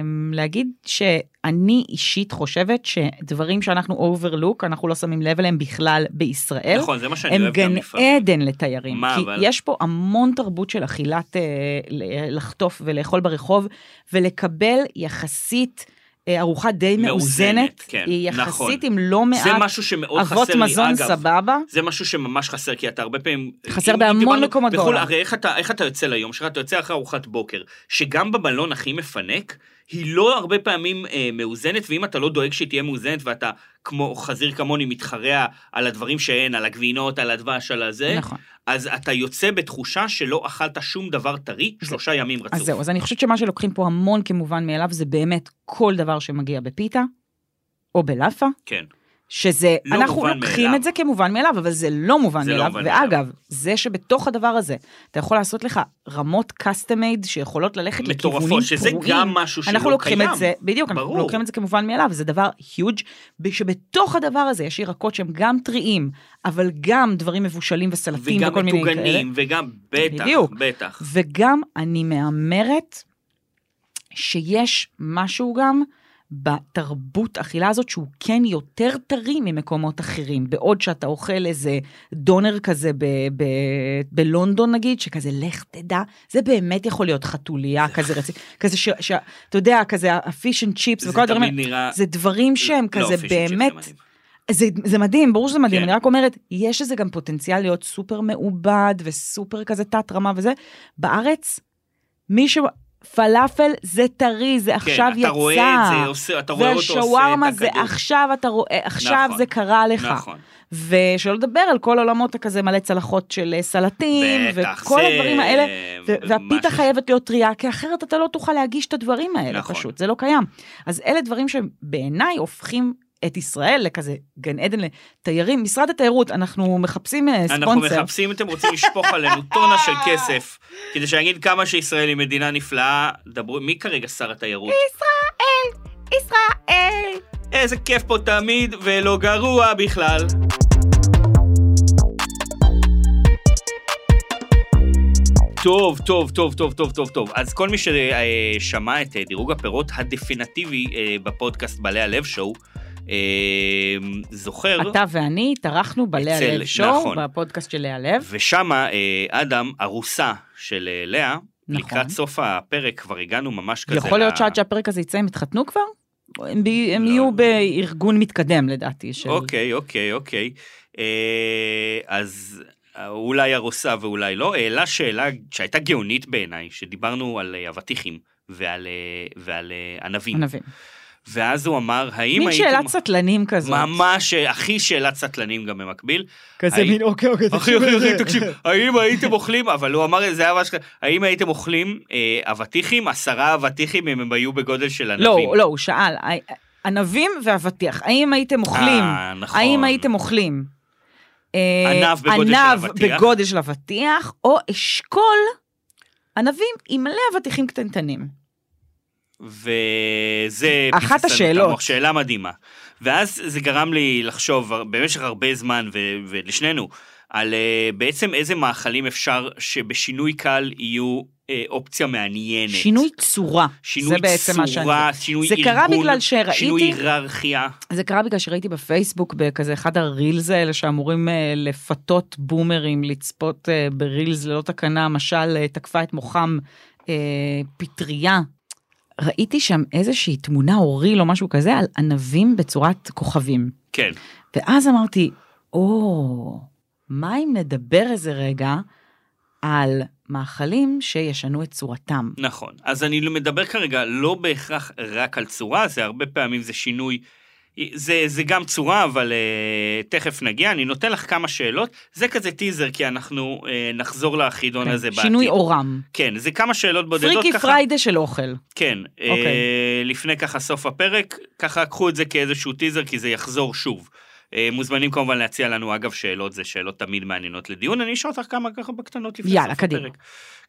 [SPEAKER 1] אמ, להגיד שאני אישית חושבת שדברים שאנחנו אוברלוק, אנחנו לא שמים לב אליהם בכלל בישראל.
[SPEAKER 2] נכון, זה מה שאני
[SPEAKER 1] הם
[SPEAKER 2] אוהב גם
[SPEAKER 1] גן
[SPEAKER 2] לפעמים.
[SPEAKER 1] עדן לתיירים,
[SPEAKER 2] מה,
[SPEAKER 1] כי
[SPEAKER 2] אבל?
[SPEAKER 1] יש פה המון תרבות של אכילת אה, ל- לחטוף ולאכול ברחוב, ולקבל יחסית אה, ארוחה די
[SPEAKER 2] מאוזנת,
[SPEAKER 1] מאוזנת,
[SPEAKER 2] כן,
[SPEAKER 1] היא יחסית
[SPEAKER 2] נכון.
[SPEAKER 1] עם לא
[SPEAKER 2] זה
[SPEAKER 1] מעט
[SPEAKER 2] משהו שמאוד
[SPEAKER 1] אבות
[SPEAKER 2] חסר לי,
[SPEAKER 1] מזון
[SPEAKER 2] אגב.
[SPEAKER 1] סבבה,
[SPEAKER 2] זה משהו שממש חסר, כי אתה הרבה פעמים...
[SPEAKER 1] חסר
[SPEAKER 2] אם
[SPEAKER 1] בהמון
[SPEAKER 2] דיברנו-
[SPEAKER 1] מקומות
[SPEAKER 2] בחו"ל,
[SPEAKER 1] בעולם.
[SPEAKER 2] הרי איך אתה, איך אתה יוצא ליום שלך? אתה יוצא אחרי ארוחת בוקר, שגם במלון הכי מפנק, היא לא הרבה פעמים אה, מאוזנת, ואם אתה לא דואג שהיא תהיה מאוזנת, ואתה כמו חזיר כמוני מתחרע על הדברים שאין, על הגבינות, על הדבש, על הזה,
[SPEAKER 1] נכון.
[SPEAKER 2] אז אתה יוצא בתחושה שלא אכלת שום דבר טרי שלושה ימים רצוף.
[SPEAKER 1] אז זהו, אז אני חושבת שמה שלוקחים פה המון כמובן מאליו, זה באמת כל דבר שמגיע בפיתה, או בלאפה,
[SPEAKER 2] כן.
[SPEAKER 1] שזה,
[SPEAKER 2] לא
[SPEAKER 1] אנחנו
[SPEAKER 2] מובן
[SPEAKER 1] לוקחים
[SPEAKER 2] מאליו.
[SPEAKER 1] את זה כמובן מאליו, אבל זה לא מובן
[SPEAKER 2] זה לא
[SPEAKER 1] מאליו.
[SPEAKER 2] מובן
[SPEAKER 1] ואגב, זה שבתוך הדבר הזה, אתה יכול לעשות לך רמות custom made שיכולות ללכת לכיוונים פרועים.
[SPEAKER 2] מטורפות, שזה גם משהו שלא
[SPEAKER 1] אנחנו לוקחים
[SPEAKER 2] קיים.
[SPEAKER 1] את זה, בדיוק, אנחנו
[SPEAKER 2] ברור.
[SPEAKER 1] לוקחים את זה כמובן מאליו, זה דבר huge, שבתוך הדבר הזה יש ירקות שהם גם טריים, אבל גם דברים מבושלים וסלטים
[SPEAKER 2] וגם
[SPEAKER 1] וכל מיני כאלה.
[SPEAKER 2] מטוגנים, וגם בטח,
[SPEAKER 1] בדיוק.
[SPEAKER 2] בטח.
[SPEAKER 1] וגם אני מהמרת שיש משהו גם בתרבות אכילה הזאת שהוא כן יותר טרי ממקומות אחרים, בעוד שאתה אוכל איזה דונר כזה ב- ב- בלונדון נגיד, שכזה לך תדע, זה באמת יכול להיות חתוליה כזה רציף, כזה ש- ש- אתה יודע, כזה הפיש אנד צ'יפס
[SPEAKER 2] זה
[SPEAKER 1] וכל הדברים
[SPEAKER 2] תמיד
[SPEAKER 1] האלה,
[SPEAKER 2] נראה...
[SPEAKER 1] זה דברים שהם
[SPEAKER 2] לא,
[SPEAKER 1] כזה
[SPEAKER 2] fish and chips זה
[SPEAKER 1] באמת,
[SPEAKER 2] מדהים.
[SPEAKER 1] זה, זה מדהים, ברור שזה מדהים,
[SPEAKER 2] כן.
[SPEAKER 1] כן. אני רק אומרת, יש לזה גם פוטנציאל להיות סופר מעובד וסופר כזה תת-רמה וזה. בארץ, מי ש... פלאפל זה טרי, זה עכשיו
[SPEAKER 2] כן,
[SPEAKER 1] יצא.
[SPEAKER 2] אתה רואה את זה, עושה, אתה רואה אותו עושה את הכדור.
[SPEAKER 1] והשווארמה זה עכשיו אתה רואה, עכשיו
[SPEAKER 2] נכון.
[SPEAKER 1] זה קרה לך.
[SPEAKER 2] נכון.
[SPEAKER 1] ושלא לדבר על כל עולמות הכזה מלא צלחות של אה, סלטים,
[SPEAKER 2] בטח,
[SPEAKER 1] וכל
[SPEAKER 2] זה
[SPEAKER 1] הדברים האלה, ו-
[SPEAKER 2] משהו.
[SPEAKER 1] והפיתה חייבת להיות טריה, כי אחרת אתה לא תוכל להגיש את הדברים האלה
[SPEAKER 2] נכון.
[SPEAKER 1] פשוט, זה לא קיים. אז אלה דברים שבעיניי הופכים את ישראל לכזה גן עדן לתיירים. משרד התיירות, אנחנו מחפשים אה,
[SPEAKER 2] אנחנו
[SPEAKER 1] ספונסר.
[SPEAKER 2] מחפשים, אתם רוצים לשפוך עלינו טונה של כסף, כדי שנגיד כמה שישראל היא מדינה נפלאה, דברו, מי כרגע שר התיירות?
[SPEAKER 1] ישראל!
[SPEAKER 2] איזה כיף פה תמיד, ולא גרוע בכלל. טוב, טוב, טוב, טוב, טוב, טוב, טוב. אז כל מי ששמע את אה, דירוג הפירות הדפיניטיבי אה, בפודקאסט בעלי הלב שואו, אה, זוכר,
[SPEAKER 1] אתה ואני טרחנו בלאה
[SPEAKER 2] אצל-
[SPEAKER 1] לב שואו,
[SPEAKER 2] נכון.
[SPEAKER 1] בפודקאסט של לאה לב.
[SPEAKER 2] ושמה אה, אדם, ארוסה של אה, לאה,
[SPEAKER 1] נכון.
[SPEAKER 2] לקראת סוף הפרק כבר הגענו ממש כזה.
[SPEAKER 1] יכול להיות
[SPEAKER 2] ל-
[SPEAKER 1] שעד שהפרק הזה יצא הם התחתנו כבר? הם ב- הם
[SPEAKER 2] לא.
[SPEAKER 1] יהיו בארגון מתקדם לדעתי. של-
[SPEAKER 2] אוקיי, אוקיי, אוקיי. אה, אז אה, אולי הרוסה ואולי לא, העלה שאלה שהייתה גאונית בעיניי, שדיברנו על אה, אבטיחים ועל, אה, ועל אה, ענבים.
[SPEAKER 1] ענבים.
[SPEAKER 2] ואז הוא אמר, האם
[SPEAKER 1] מין
[SPEAKER 2] הייתם...
[SPEAKER 1] שאלת סטלנים כזאת.
[SPEAKER 2] ממש, אה, הכי שאלת סטלנים גם במקביל.
[SPEAKER 1] כזה
[SPEAKER 2] היי-
[SPEAKER 1] מין אוקיי אוקיי.
[SPEAKER 2] אחי,
[SPEAKER 1] תקשיב
[SPEAKER 2] אחי,
[SPEAKER 1] לזה.
[SPEAKER 2] אחי, תקשיב, האם הייתם אוכלים, אבל הוא אמר, זה היה ממש ככה, האם הייתם אוכלים אה, אבטיחים, עשרה אבטיחים, אם הם היו בגודל של ענבים?
[SPEAKER 1] לא, לא, הוא שאל. ה- ענבים ואבטיח, האם הייתם אוכלים?
[SPEAKER 2] אה, נכון.
[SPEAKER 1] האם הייתם אוכלים? אה,
[SPEAKER 2] ענב בגודל של
[SPEAKER 1] ענב
[SPEAKER 2] אבטיח?
[SPEAKER 1] בגודל של אבטיח, או אשכול ענבים עם מלא אבטיחים קטנטנים.
[SPEAKER 2] וזה...
[SPEAKER 1] אחת
[SPEAKER 2] פספסנו את
[SPEAKER 1] השאלות.
[SPEAKER 2] המוח, שאלה מדהימה. ואז זה גרם לי לחשוב במשך הרבה זמן, ו- ולשנינו, על אה, בעצם איזה מאכלים אפשר שבשינוי קל יהיו אה, אופציה מעניינת.
[SPEAKER 1] שינוי צורה.
[SPEAKER 2] שינוי
[SPEAKER 1] זה בעצם מה שאני...
[SPEAKER 2] צורה, שינוי
[SPEAKER 1] זה
[SPEAKER 2] ארגון,
[SPEAKER 1] קרה בגלל שראיתי-
[SPEAKER 2] שינוי היררכיה.
[SPEAKER 1] זה קרה בגלל שראיתי בפייסבוק בכזה אחד הרילס האלה שאמורים אה, לפתות בומרים לצפות אה, ברילס ללא תקנה, משל אה, תקפה את מוחם אה, פטריה. ראיתי שם איזושהי תמונה או ריל או משהו כזה על ענבים בצורת כוכבים.
[SPEAKER 2] כן,
[SPEAKER 1] ואז אמרתי, או, מה אם נדבר איזה רגע על מאכלים שישנו את צורתם?
[SPEAKER 2] נכון. אז אני מדבר כרגע לא בהכרח רק על צורה, זה הרבה פעמים זה שינוי. זה, זה גם צורה, אבל uh, תכף נגיע. אני נותן לך כמה שאלות. זה כזה טיזר, כי אנחנו uh, נחזור לחידון
[SPEAKER 1] כן,
[SPEAKER 2] הזה בעתיד.
[SPEAKER 1] שינוי אורם.
[SPEAKER 2] כן, זה כמה שאלות בודדות.
[SPEAKER 1] פריקי
[SPEAKER 2] ככה,
[SPEAKER 1] פריידה של אוכל.
[SPEAKER 2] כן,
[SPEAKER 1] אוקיי.
[SPEAKER 2] okay. לפני ככה סוף הפרק, ככה קחו את זה כאיזשהו טיזר, כי זה יחזור שוב. אה, מוזמנים כמובן להציע לנו, אגב, שאלות, זה שאלות תמיד מעניינות לדיון, אני אשאל אותך כמה ככה בקטנות לפני
[SPEAKER 1] יאללה,
[SPEAKER 2] סוף
[SPEAKER 1] קדימה.
[SPEAKER 2] הפרק.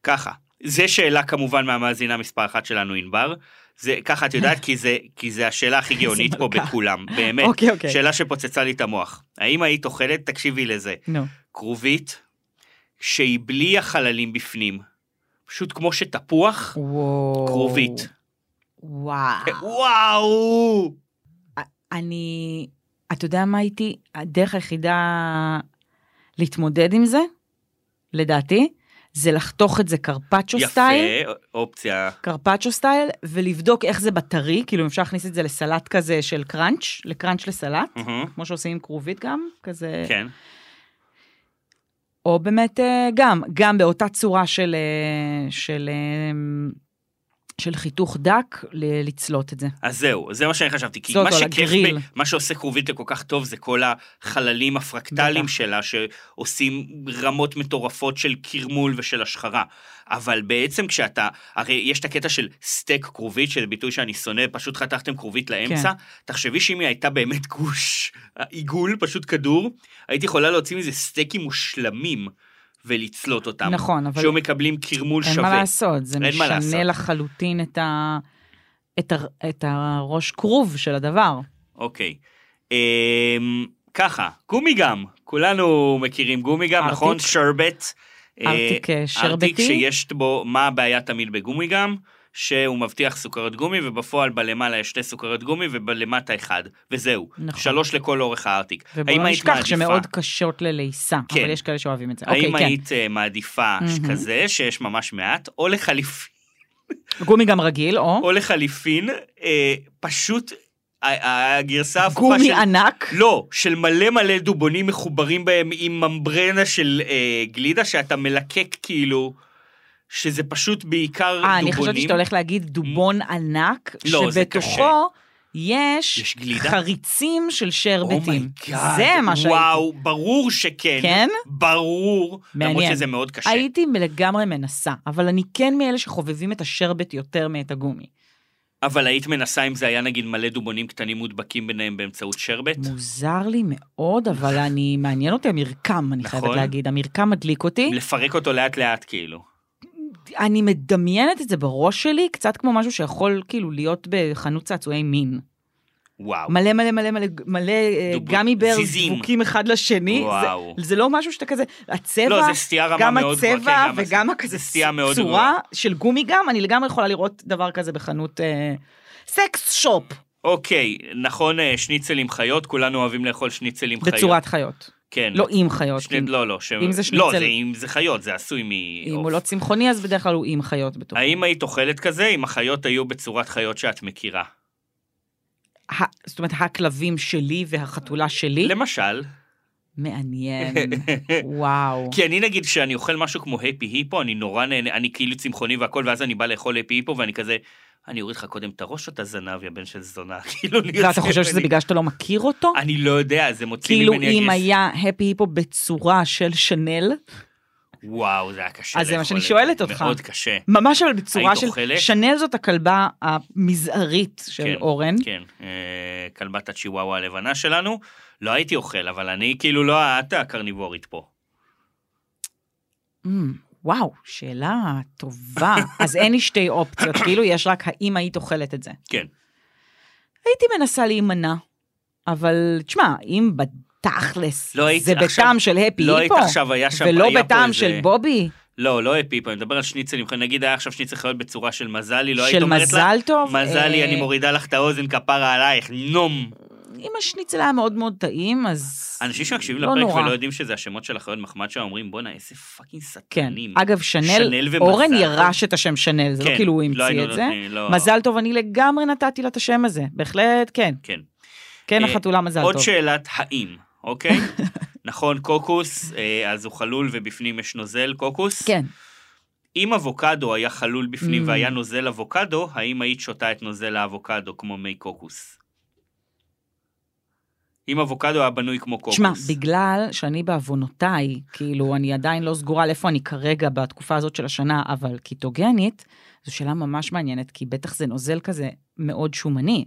[SPEAKER 2] ככה, זה שאלה כמובן מהמאזינה מספר אחת שלנו, ענבר. זה, ככה את יודעת, כי זה, כי זה השאלה הכי גאונית פה
[SPEAKER 1] מלכה.
[SPEAKER 2] בכולם, באמת.
[SPEAKER 1] אוקיי, אוקיי.
[SPEAKER 2] שאלה שפוצצה לי את המוח. האם היית אוכלת, תקשיבי לזה,
[SPEAKER 1] נו.
[SPEAKER 2] כרובית שהיא בלי החללים בפנים, פשוט כמו שתפוח,
[SPEAKER 1] וואו.
[SPEAKER 2] כרובית. כן.
[SPEAKER 1] וואו.
[SPEAKER 2] וואו!
[SPEAKER 1] אני, אתה יודע מה הייתי, הדרך היחידה להתמודד עם זה, לדעתי, זה לחתוך את זה קרפצ'ו סטייל.
[SPEAKER 2] יפה, אופציה.
[SPEAKER 1] קרפצ'ו סטייל, ולבדוק איך זה בטרי, כאילו אם אפשר להכניס את זה לסלט כזה של קראנץ', לקראנץ' לסלט,
[SPEAKER 2] מהמם,
[SPEAKER 1] כמו שעושים עם כרובית גם, כזה,
[SPEAKER 2] כן.
[SPEAKER 1] או באמת אה, גם, גם באותה צורה של, אה, של, אה, של חיתוך דק, ל- לצלות את זה.
[SPEAKER 2] אז זהו, זה מה שאני חשבתי. כי
[SPEAKER 1] זאת
[SPEAKER 2] מה
[SPEAKER 1] או
[SPEAKER 2] שכיף,
[SPEAKER 1] לגריל.
[SPEAKER 2] ב- מה שעושה כרובית לכל כך טוב זה כל החללים הפרקטליים
[SPEAKER 1] בטח.
[SPEAKER 2] שלה, שעושים רמות מטורפות של קרמול ושל השחרה. אבל בעצם כשאתה, הרי יש את הקטע של סטייק כרובית, שזה ביטוי שאני שונא, פשוט חתכתם כרובית לאמצע.
[SPEAKER 1] כן.
[SPEAKER 2] תחשבי שאם היא הייתה באמת גוש, עיגול, פשוט כדור, הייתי יכולה להוציא מזה סטייקים מושלמים ולצלות אותם.
[SPEAKER 1] נכון, אבל
[SPEAKER 2] שהיו מקבלים קרמול
[SPEAKER 1] אין
[SPEAKER 2] שווה.
[SPEAKER 1] מה לעשות, זה
[SPEAKER 2] אין מה לעשות.
[SPEAKER 1] משנה לחלוטין את, ה, את, ה, את הראש כרוב של הדבר.
[SPEAKER 2] אוקיי. אמ, ככה, גומי גם, כולנו מכירים גומי גם,
[SPEAKER 1] ארטיק.
[SPEAKER 2] נכון? שרבט. אה,
[SPEAKER 1] ארטיק, אה,
[SPEAKER 2] ארטיק
[SPEAKER 1] שרבטי?
[SPEAKER 2] שיש בו, מה הבעיה תמיד בגומי גם? שהוא מבטיח סוכרת גומי, ובפועל בלמעלה יש שתי סוכרת גומי ובלמטה אחד, וזהו.
[SPEAKER 1] נכון.
[SPEAKER 2] שלוש לכל אורך הארטיק.
[SPEAKER 1] ובוא
[SPEAKER 2] האם
[SPEAKER 1] לא
[SPEAKER 2] היית
[SPEAKER 1] נשכח
[SPEAKER 2] מעדיפה-
[SPEAKER 1] שמאוד קשות ללעיסה,
[SPEAKER 2] כן.
[SPEAKER 1] אבל יש כאלה שאוהבים את זה.
[SPEAKER 2] האם
[SPEAKER 1] אוקיי,
[SPEAKER 2] היית אה, מעדיפה
[SPEAKER 1] מהמם.
[SPEAKER 2] כזה, שיש ממש מעט, או לחליפין?
[SPEAKER 1] כן. גומי גם רגיל, או?
[SPEAKER 2] או לחליפין, אה, פשוט ה- הגרסה ההפוכה של...
[SPEAKER 1] גומי ענק.
[SPEAKER 2] לא, של מלא מלא דובונים מחוברים בהם עם ממברנה של אה, גלידה שאתה מלקק כאילו, שזה פשוט בעיקר דובונים.
[SPEAKER 1] אה, אני חשבתי שאתה הולך להגיד דובון ענק,
[SPEAKER 2] לא, זה
[SPEAKER 1] שבתוכו יש
[SPEAKER 2] יש גלידה?
[SPEAKER 1] חריצים של שרבטים.
[SPEAKER 2] אומייגאד,
[SPEAKER 1] זה מה שהייתי.
[SPEAKER 2] Oh וואו, ברור שכן.
[SPEAKER 1] כן?
[SPEAKER 2] ברור. למרות
[SPEAKER 1] מעניין.
[SPEAKER 2] שזה מאוד קשה.
[SPEAKER 1] הייתי לגמרי מנסה, אבל אני כן מאלה שחובבים את השרבט יותר מאת הגומי.
[SPEAKER 2] אבל היית מנסה אם זה היה נגיד מלא דובונים קטנים מודבקים ביניהם באמצעות שרבט?
[SPEAKER 1] מוזר לי מאוד, אבל אני, מעניין אותי המרקם, אני חייבת
[SPEAKER 2] נכון.
[SPEAKER 1] להגיד. המרקם מדליק אותי.
[SPEAKER 2] לפרק אותו לאט לאט כאילו.
[SPEAKER 1] אני מדמיינת את זה בראש שלי, קצת כמו משהו שיכול כאילו להיות בחנות צעצועי מין.
[SPEAKER 2] וואו.
[SPEAKER 1] מלא מלא מלא מלא מלא אה,
[SPEAKER 2] דוב-
[SPEAKER 1] גמי ברז
[SPEAKER 2] זיזים.
[SPEAKER 1] דבוקים אחד לשני.
[SPEAKER 2] וואו.
[SPEAKER 1] זה, זה לא משהו שאתה כזה, הצבע,
[SPEAKER 2] לא, זה סטייה רמה
[SPEAKER 1] גם
[SPEAKER 2] מאוד גבוהה, כן,
[SPEAKER 1] הצבע
[SPEAKER 2] גם
[SPEAKER 1] וגם
[SPEAKER 2] זה-
[SPEAKER 1] הכזה
[SPEAKER 2] זה סטייה מאוד
[SPEAKER 1] צורה
[SPEAKER 2] גבוהה.
[SPEAKER 1] של גומי גם, אני לגמרי יכולה לראות דבר כזה בחנות אה, סקס שופ.
[SPEAKER 2] אוקיי, נכון, אה, שניצל עם חיות, כולנו אוהבים לאכול שניצל עם חיות.
[SPEAKER 1] בצורת חיות.
[SPEAKER 2] כן.
[SPEAKER 1] לא עם חיות.
[SPEAKER 2] שני,
[SPEAKER 1] עם-
[SPEAKER 2] לא, לא. ש...
[SPEAKER 1] אם זה
[SPEAKER 2] לא,
[SPEAKER 1] שניצל-
[SPEAKER 2] זה, אם זה חיות, זה עשוי מ...
[SPEAKER 1] אם הוא לא צמחוני, אז בדרך כלל הוא עם חיות בתוכו.
[SPEAKER 2] האם היית אוכלת כזה אם החיות היו בצורת חיות שאת מכירה?
[SPEAKER 1] ה- זאת אומרת, הכלבים שלי והחתולה שלי?
[SPEAKER 2] למשל,
[SPEAKER 1] מעניין. וואו.
[SPEAKER 2] כי אני נגיד שאני אוכל משהו כמו הפי היפו, אני נורא נהנה, אני כאילו צמחוני והכל, ואז אני בא לאכול הפי היפו ואני כזה, אני אוריד לך קודם את הראש או את הזנב, יא בן של זונה, כאילו אני...
[SPEAKER 1] ואתה חושב שזה
[SPEAKER 2] אני-
[SPEAKER 1] בגלל שאתה לא מכיר אותו?
[SPEAKER 2] אני לא יודע, זה מוציא לי
[SPEAKER 1] כאילו
[SPEAKER 2] ממני
[SPEAKER 1] אם
[SPEAKER 2] הגס.
[SPEAKER 1] היה הפי היפו בצורה של שנל,
[SPEAKER 2] וואו, זה היה קשה
[SPEAKER 1] אז זה מה
[SPEAKER 2] לאכול
[SPEAKER 1] שאני
[SPEAKER 2] את
[SPEAKER 1] שואלת אותך.
[SPEAKER 2] מאוד קשה.
[SPEAKER 1] ממש אבל בצורה
[SPEAKER 2] היית
[SPEAKER 1] של...
[SPEAKER 2] אוכלת?
[SPEAKER 1] שנל זאת הכלבה המזערית של
[SPEAKER 2] כן,
[SPEAKER 1] אורן.
[SPEAKER 2] כן, אה, כלבת הצ'יוואווה הלבנה שלנו. לא הייתי אוכל, אבל אני כאילו לא את הקרניבורית פה. כן.
[SPEAKER 1] אמ, וואו, שאלה טובה. אז אין לי שתי אופציות, כאילו יש רק האם היית אוכלת את זה.
[SPEAKER 2] כן.
[SPEAKER 1] הייתי מנסה להימנע, אבל תשמע, אם בתכלס
[SPEAKER 2] לא היית
[SPEAKER 1] זה
[SPEAKER 2] עכשיו-
[SPEAKER 1] בטעם של הפי
[SPEAKER 2] לא היית
[SPEAKER 1] היפו,
[SPEAKER 2] עכשיו, היה שם,
[SPEAKER 1] ולא
[SPEAKER 2] היה פה
[SPEAKER 1] בטעם
[SPEAKER 2] איזה-
[SPEAKER 1] של בובי,
[SPEAKER 2] לא, לא אפיפו, אני מדבר על שניצלים. נגיד היה עכשיו שניצל חיות בצורה של מזלי, לא היית
[SPEAKER 1] של
[SPEAKER 2] אומרת לה,
[SPEAKER 1] מזל טוב.
[SPEAKER 2] מזלי,
[SPEAKER 1] אה,
[SPEAKER 2] אני מורידה לך את האוזן, כפרה עלייך, נום.
[SPEAKER 1] אם השניצל היה מאוד מאוד טעים, אז
[SPEAKER 2] אנשים שמקשיבים
[SPEAKER 1] לא
[SPEAKER 2] לפרק
[SPEAKER 1] נורא.
[SPEAKER 2] ולא יודעים שזה השמות של החיות מחמד שם, אומרים, בואנה, איזה פאקינג
[SPEAKER 1] כן.
[SPEAKER 2] סטנים.
[SPEAKER 1] אגב, שנל,
[SPEAKER 2] שנל ומזל.
[SPEAKER 1] אורן ירש את השם שנל, זה לא
[SPEAKER 2] כן,
[SPEAKER 1] כאילו הוא המציא
[SPEAKER 2] היינו
[SPEAKER 1] את זה.
[SPEAKER 2] נותנים, לא.
[SPEAKER 1] מזל טוב, אני לגמרי נתתי לה את השם הזה, בהחלט כן.
[SPEAKER 2] כן.
[SPEAKER 1] כן,
[SPEAKER 2] אה,
[SPEAKER 1] החתולה מזל
[SPEAKER 2] עוד
[SPEAKER 1] טוב.
[SPEAKER 2] שאלת האם, אוקיי? נכון, קוקוס, אה, אז הוא חלול ובפנים יש נוזל קוקוס.
[SPEAKER 1] כן.
[SPEAKER 2] אם אבוקדו היה חלול בפנים
[SPEAKER 1] Mm.
[SPEAKER 2] והיה נוזל אבוקדו, האם היית שותה את נוזל האבוקדו כמו מי קוקוס? אם אבוקדו היה בנוי כמו קוקוס.
[SPEAKER 1] תשמע, בגלל שאני בעוונותיי, כאילו, אני עדיין לא סגורה על איפה אני כרגע בתקופה הזאת של השנה, אבל קיטוגנית, זו שאלה ממש מעניינת, כי בטח זה נוזל כזה מאוד שומני.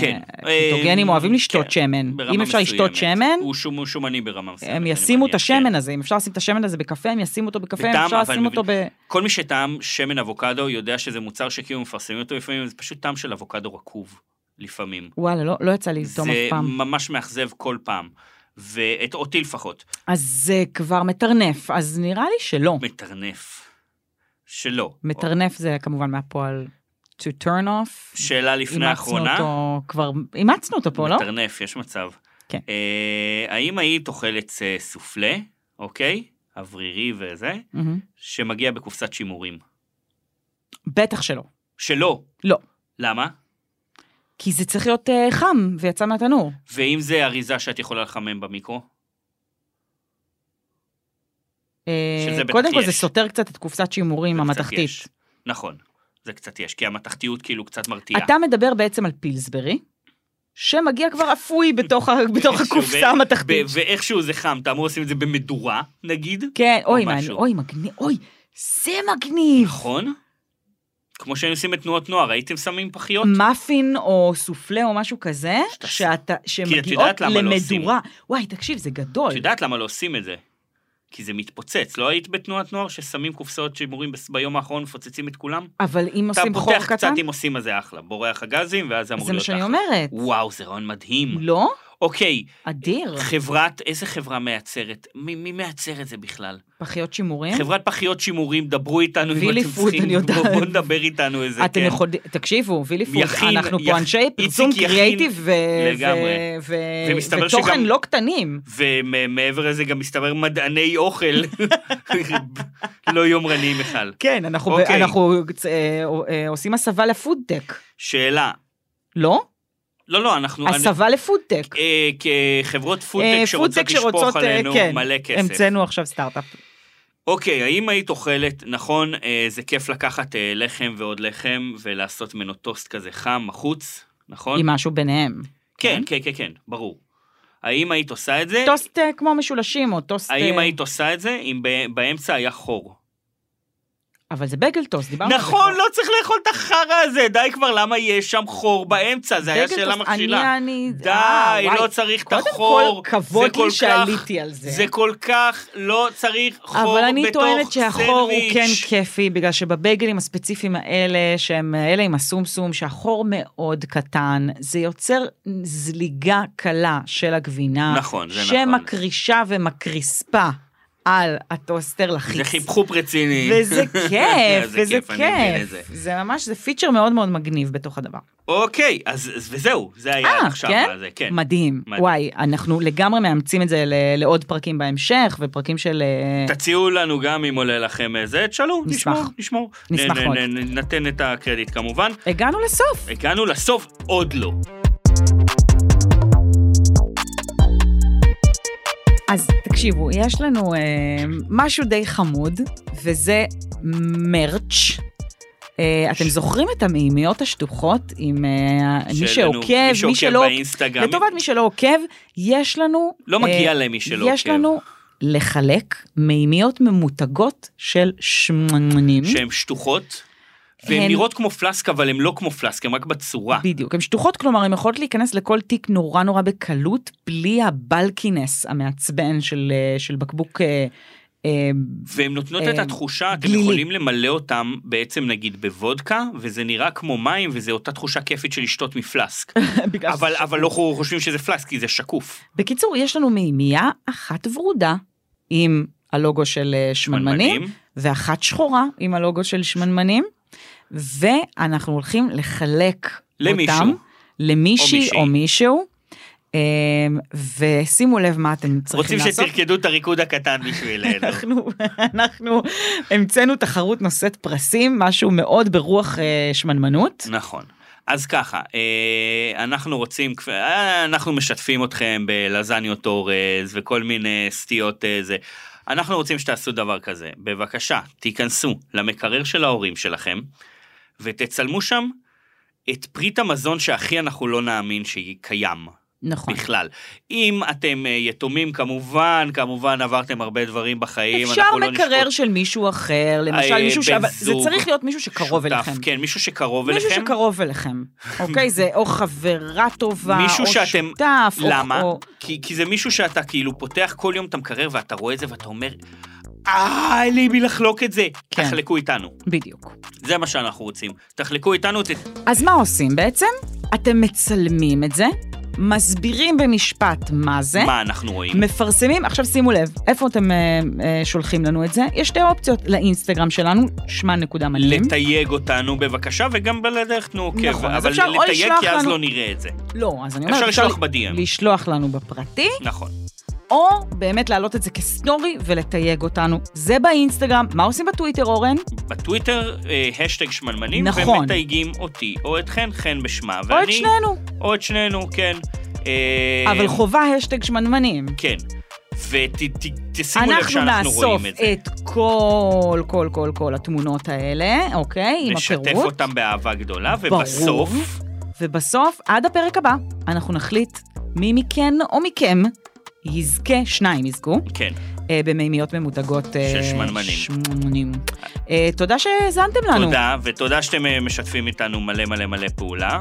[SPEAKER 2] כן.
[SPEAKER 1] וקיטוגנים
[SPEAKER 2] אה,
[SPEAKER 1] אוהבים לשתות
[SPEAKER 2] כן,
[SPEAKER 1] שמן.
[SPEAKER 2] ברמה
[SPEAKER 1] אם אפשר לשתות
[SPEAKER 2] מסוימת.
[SPEAKER 1] שמן,
[SPEAKER 2] הוא שום- הוא שומני ברמה מסוימת.
[SPEAKER 1] הם
[SPEAKER 2] אני
[SPEAKER 1] ישימו את
[SPEAKER 2] מניח, כן.
[SPEAKER 1] השמן הזה, אם אפשר לשים את השמן הזה בקפה, הם ישימו אותו בקפה, אם
[SPEAKER 2] בטעם,
[SPEAKER 1] אפשר
[SPEAKER 2] אבל
[SPEAKER 1] לשים
[SPEAKER 2] מבין-
[SPEAKER 1] אותו ב...
[SPEAKER 2] כן. כל מי שטעם שמן אבוקדו יודע שזה מוצר שכאילו מפרסמים אותו לפעמים, זה פשוט טעם של אבוקדו רקוב, לפעמים.
[SPEAKER 1] וואלה, לא- לא יצא לי לטום אף
[SPEAKER 2] זה
[SPEAKER 1] פעם.
[SPEAKER 2] ממש מאכזב כל פעם. ואת אותי לפחות,
[SPEAKER 1] אז זה כבר מטרנף, אז נראה לי שלא.
[SPEAKER 2] מטרנף. שלא.
[SPEAKER 1] מטרנף זה כמובן מהפועל to turn off.
[SPEAKER 2] שאלה לפני
[SPEAKER 1] אימצנו
[SPEAKER 2] האחרונה.
[SPEAKER 1] אותו כבר, אימצנו אותו פה, לא?
[SPEAKER 2] מטרנף, יש מצב.
[SPEAKER 1] כן.
[SPEAKER 2] אה, האם היית אוכלת אה, סופלה, אוקיי? אוורירי וזה,
[SPEAKER 1] מהמם.
[SPEAKER 2] שמגיע בקופסת שימורים?
[SPEAKER 1] בטח שלא.
[SPEAKER 2] שלא.
[SPEAKER 1] לא.
[SPEAKER 2] למה?
[SPEAKER 1] כי זה צריך להיות אה, חם ויצא מהתנור.
[SPEAKER 2] ואם זה אריזה שאת יכולה לחמם במיקרו?
[SPEAKER 1] אה,
[SPEAKER 2] שזה בטח
[SPEAKER 1] קודם כל זה
[SPEAKER 2] יש.
[SPEAKER 1] סותר קצת את קופסת שימורים
[SPEAKER 2] זה קצת
[SPEAKER 1] המתכתית.
[SPEAKER 2] יש. נכון, זה קצת יש, כי המתכתיות כאילו קצת מרתיעה.
[SPEAKER 1] אתה מדבר בעצם על פילסברי, שמגיע כבר אפוי בתוך ה- בתוך
[SPEAKER 2] איזשהו
[SPEAKER 1] הקופסה
[SPEAKER 2] ב-
[SPEAKER 1] המתכתית.
[SPEAKER 2] ב- ואיכשהו זה חם, אתה אמור לשים את זה במדורה, נגיד,
[SPEAKER 1] כן, אוי,
[SPEAKER 2] או
[SPEAKER 1] מעניין,
[SPEAKER 2] משהו.
[SPEAKER 1] אוי, מגניב, אוי, זה מגניב.
[SPEAKER 2] נכון? כמו שהיינו עושים בתנועות נוער, הייתם שמים פחיות?
[SPEAKER 1] מאפין או סופלה או משהו כזה,
[SPEAKER 2] נכון.
[SPEAKER 1] שאתה,
[SPEAKER 2] שאתה-
[SPEAKER 1] שמגיעות
[SPEAKER 2] יודעת למה לא עושים.
[SPEAKER 1] למדורה. וואי, תקשיב, זה גדול.
[SPEAKER 2] את יודעת למה לא עושים את זה? כי זה מתפוצץ. לא היית בתנועת נוער ששמים קופסאות שימורים בס- ביום האחרון ומפוצצים את כולם?
[SPEAKER 1] אבל אם
[SPEAKER 2] אתה
[SPEAKER 1] עושים חור
[SPEAKER 2] פותח קצת
[SPEAKER 1] קטן,
[SPEAKER 2] אם עושים אז זה אחלה. בורח הגזים, ואז זה אמור
[SPEAKER 1] זה מה
[SPEAKER 2] להיות אחלה.
[SPEAKER 1] שאני אומרת.
[SPEAKER 2] וואו, זה רעיון מדהים.
[SPEAKER 1] לא?
[SPEAKER 2] אוקיי,
[SPEAKER 1] אדיר.
[SPEAKER 2] חברת, איזה חברה מייצרת? מי מי מייצר את זה בכלל?
[SPEAKER 1] פחיות שימורים?
[SPEAKER 2] חברת פחיות שימורים, דברו איתנו אם
[SPEAKER 1] כן. וילי
[SPEAKER 2] אתם
[SPEAKER 1] פוד,
[SPEAKER 2] צריכים.
[SPEAKER 1] אני יודעת.
[SPEAKER 2] בואו בואו נדבר איתנו כן. איזה,
[SPEAKER 1] אתם יכולים, תקשיבו, וילי פוד,
[SPEAKER 2] יכין,
[SPEAKER 1] אנחנו פה
[SPEAKER 2] יכ-
[SPEAKER 1] אנשי פרסום
[SPEAKER 2] איציק יכין.
[SPEAKER 1] קריאייטיב ו-
[SPEAKER 2] לגמרי.
[SPEAKER 1] ו- ו-
[SPEAKER 2] ומסתבר
[SPEAKER 1] ותוכן
[SPEAKER 2] שגם-
[SPEAKER 1] לא קטנים.
[SPEAKER 2] ומעבר לזה גם מסתבר מדעני אוכל. לא יומרניים בכלל.
[SPEAKER 1] כן, אנחנו ב-
[SPEAKER 2] אוקיי.
[SPEAKER 1] אנחנו אה, אה, עושים הסבה לפודטק,
[SPEAKER 2] שאלה.
[SPEAKER 1] לא?
[SPEAKER 2] לא, לא, אנחנו... אני-
[SPEAKER 1] הסבה לפודטק.
[SPEAKER 2] אה, כחברות
[SPEAKER 1] אה,
[SPEAKER 2] פודטק שרוצות
[SPEAKER 1] פודטק שרוצות,
[SPEAKER 2] לשפוך
[SPEAKER 1] אה,
[SPEAKER 2] עלינו
[SPEAKER 1] כן.
[SPEAKER 2] מלא כסף.
[SPEAKER 1] המצאנו עכשיו סטארט-אפ.
[SPEAKER 2] אוקיי, האם היית אוכלת, נכון, אה, זה כיף לקחת אה, לחם ועוד לחם ולעשות ממנו טוסט כזה חם, מחוץ, נכון?
[SPEAKER 1] עם משהו ביניהם.
[SPEAKER 2] כן, כן, כן, כן, ברור. האם היית עושה את זה?
[SPEAKER 1] טוסט אה, כמו משולשים, או טוסט...
[SPEAKER 2] האם
[SPEAKER 1] אה,
[SPEAKER 2] היית עושה את זה אם ב- באמצע היה חור?
[SPEAKER 1] אבל זה בגל טוסט, דיברנו על זה.
[SPEAKER 2] נכון,
[SPEAKER 1] כבר.
[SPEAKER 2] לא צריך לאכול את החרא הזה, די כבר, למה יש שם חור באמצע? זה היה
[SPEAKER 1] בגל
[SPEAKER 2] שאלה
[SPEAKER 1] טוסט, אני-
[SPEAKER 2] מכשילה.
[SPEAKER 1] אני... אה,
[SPEAKER 2] די,
[SPEAKER 1] וואי.
[SPEAKER 2] לא צריך את
[SPEAKER 1] קודם
[SPEAKER 2] החור.
[SPEAKER 1] כל,
[SPEAKER 2] זה
[SPEAKER 1] כבוד
[SPEAKER 2] כל
[SPEAKER 1] לי
[SPEAKER 2] כך-
[SPEAKER 1] שעליתי על זה.
[SPEAKER 2] זה כל כך לא צריך חור בתוך
[SPEAKER 1] כן. אבל
[SPEAKER 2] סנדוויץ'.
[SPEAKER 1] אני טוענת שהחור הוא כן כיפי, בגלל שבבייגלים הספציפיים האלה, שהם אלה עם הסומסום, שהחור מאוד קטן, זה יוצר זליגה קלה של הגבינה,
[SPEAKER 2] נכון, זה נכון.
[SPEAKER 1] שמקרישה ומקריספה על הטוסטר לחיץ.
[SPEAKER 2] זה חיפחופ רציני.
[SPEAKER 1] וזה כיף,
[SPEAKER 2] זה
[SPEAKER 1] וזה
[SPEAKER 2] אני מבין את
[SPEAKER 1] כיף.
[SPEAKER 2] זה.
[SPEAKER 1] זה ממש, זה פיצ'ר מאוד מאוד מגניב בתוך הדבר.
[SPEAKER 2] אוקיי, אז אז- וזהו, זה היה עד
[SPEAKER 1] אה,
[SPEAKER 2] עכשיו.
[SPEAKER 1] כן?
[SPEAKER 2] הזה, כן.
[SPEAKER 1] מדהים.
[SPEAKER 2] מדהים.
[SPEAKER 1] וואי, אנחנו לגמרי מאמצים את זה ל- לעוד פרקים בהמשך, ופרקים של... אה,
[SPEAKER 2] תציעו לנו גם אם עולה לכם איזה, תשאלו,
[SPEAKER 1] נשמח.
[SPEAKER 2] נשמור, נשמור.
[SPEAKER 1] נשמח
[SPEAKER 2] נ-
[SPEAKER 1] מאוד.
[SPEAKER 2] נ- נ- נתן את הקרדיט כמובן.
[SPEAKER 1] הגענו לסוף.
[SPEAKER 2] הגענו לסוף, עוד לא.
[SPEAKER 1] אז תקשיבו, יש לנו אה, משהו די חמוד, וזה מרץ'. אה, אתם זוכרים את המימיות השטוחות עם אה, מי
[SPEAKER 2] שלנו-
[SPEAKER 1] שעוקב, מי
[SPEAKER 2] מי שעוקב
[SPEAKER 1] שלא...
[SPEAKER 2] באינסטגרם.
[SPEAKER 1] לטובת מי שלא עוקב, יש לנו... אה,
[SPEAKER 2] לא מגיע למי שלא
[SPEAKER 1] יש
[SPEAKER 2] עוקב.
[SPEAKER 1] לנו לחלק מימיות ממותגות של שמנונים.
[SPEAKER 2] שהן שטוחות, והן
[SPEAKER 1] הן-
[SPEAKER 2] נראות כמו פלסק, אבל הן לא כמו פלסק, הן רק בצורה.
[SPEAKER 1] בדיוק, הן שטוחות, כלומר, הן יכולות להיכנס לכל תיק נורא נורא בקלות, בלי הבלקינס המעצבן של, אה, של בקבוק אה, אה,
[SPEAKER 2] והן נותנות
[SPEAKER 1] אה,
[SPEAKER 2] את התחושה, אתם
[SPEAKER 1] גלילי.
[SPEAKER 2] יכולים למלא אותם בעצם נגיד בוודקה, וזה נראה כמו מים, וזו אותה תחושה כיפית של לשתות מפלסק.
[SPEAKER 1] בגלל
[SPEAKER 2] אבל,
[SPEAKER 1] ש-
[SPEAKER 2] אבל לא חושבים שזה פלסק, כי זה שקוף.
[SPEAKER 1] בקיצור, יש לנו מימייה אחת ורודה עם הלוגו של אה, שמנמנים, ואחת שחורה עם הלוגו של שמנמנים, ואנחנו הולכים לחלק
[SPEAKER 2] למישהו.
[SPEAKER 1] אותם למישהי
[SPEAKER 2] מישהי.
[SPEAKER 1] או מישהו. אה, ושימו לב מה אתם צריכים
[SPEAKER 2] רוצים
[SPEAKER 1] לעשות.
[SPEAKER 2] שתרקדו את הריקוד הקטן בשבילנו.
[SPEAKER 1] אנחנו, אנחנו המצאנו תחרות נושאת פרסים, משהו מאוד ברוח אה, שמנמנות.
[SPEAKER 2] נכון. אז ככה, אה, אנחנו רוצים, כפ- אה, אנחנו משתפים אתכם בלזניות אורז וכל מיני סטיות אה, זה. אנחנו רוצים שתעשו דבר כזה. בבקשה, תיכנסו למקרר של ההורים שלכם ותצלמו שם את פריט המזון שהכי אנחנו לא נאמין שקיים.
[SPEAKER 1] נכון.
[SPEAKER 2] בכלל. אם אתם אה, יתומים, כמובן, כמובן עברתם הרבה דברים בחיים.
[SPEAKER 1] אפשר
[SPEAKER 2] אנחנו לא
[SPEAKER 1] מקרר
[SPEAKER 2] נשפוט-
[SPEAKER 1] של מישהו אחר, למשל
[SPEAKER 2] אה,
[SPEAKER 1] מישהו ש...
[SPEAKER 2] בן
[SPEAKER 1] אבל זה
[SPEAKER 2] זוג,
[SPEAKER 1] צריך להיות מישהו שקרוב
[SPEAKER 2] שותף,
[SPEAKER 1] אליכם.
[SPEAKER 2] כן, מישהו שקרוב אליכם.
[SPEAKER 1] מישהו שקרוב אליכם, אוקיי? זה או חברה טובה,
[SPEAKER 2] מישהו
[SPEAKER 1] או
[SPEAKER 2] שאתם-
[SPEAKER 1] שותף, או-
[SPEAKER 2] למה?
[SPEAKER 1] או...
[SPEAKER 2] כי, כי זה מישהו שאתה כאילו פותח כל יום את המקרר ואתה רואה את זה ואתה אומר, אה, אין לי מי לחלוק את זה.
[SPEAKER 1] כן.
[SPEAKER 2] תחלקו איתנו.
[SPEAKER 1] בדיוק.
[SPEAKER 2] זה מה שאנחנו רוצים. תחלקו איתנו, ת...
[SPEAKER 1] אז מה עושים בעצם? אתם מצלמים את זה, מסבירים במשפט מה זה,
[SPEAKER 2] מה אנחנו רואים.
[SPEAKER 1] מפרסמים, עכשיו שימו לב, איפה אתם אה, אה, שולחים לנו את זה? יש שתי אופציות לאינסטגרם שלנו, שמה נקודה מנים.
[SPEAKER 2] לתייג אותנו בבקשה, וגם בדרך תנו עוקב.
[SPEAKER 1] נכון, אז
[SPEAKER 2] אבל
[SPEAKER 1] אפשר או
[SPEAKER 2] לתייג כי
[SPEAKER 1] לשלוח
[SPEAKER 2] אז
[SPEAKER 1] לנו-
[SPEAKER 2] לא נראה את זה.
[SPEAKER 1] לא, אז אני אומרת,
[SPEAKER 2] אפשר לשלוח
[SPEAKER 1] ל-
[SPEAKER 2] ב-DM.
[SPEAKER 1] לשלוח לנו בפרטי,
[SPEAKER 2] נכון.
[SPEAKER 1] או באמת להעלות את זה כסטורי ולתייג אותנו. זה באינסטגרם, מה עושים בטוויטר, אורן?
[SPEAKER 2] בטוויטר, אה, השטג שמנמנים,
[SPEAKER 1] נכון.
[SPEAKER 2] ומתייגים אותי, או את חן, חן בשמה,
[SPEAKER 1] או את
[SPEAKER 2] ואני...
[SPEAKER 1] שנינו.
[SPEAKER 2] או את שנינו, כן. אה,
[SPEAKER 1] אבל חובה השטג שמנמנים.
[SPEAKER 2] כן. ותשימו לב
[SPEAKER 1] אנחנו
[SPEAKER 2] שאנחנו
[SPEAKER 1] נאסוף
[SPEAKER 2] רואים את זה.
[SPEAKER 1] את כל, כל, כל, כל התמונות האלה, אוקיי? עם
[SPEAKER 2] נשתף
[SPEAKER 1] הפירוט.
[SPEAKER 2] אותם באהבה גדולה,
[SPEAKER 1] ברור.
[SPEAKER 2] ובסוף...
[SPEAKER 1] ובסוף, עד הפרק הבא, אנחנו נחליט מי מכן או מכם יזכה, שניים יזכו,
[SPEAKER 2] כן,
[SPEAKER 1] אה, במימיות ממותגות. אה,
[SPEAKER 2] של שמנמנים.
[SPEAKER 1] שמנמנים. אה, תודה שהאזנתם לנו.
[SPEAKER 2] תודה, ותודה שאתם אה, משתפים איתנו מלא מלא מלא פעולה. אה,
[SPEAKER 1] אה,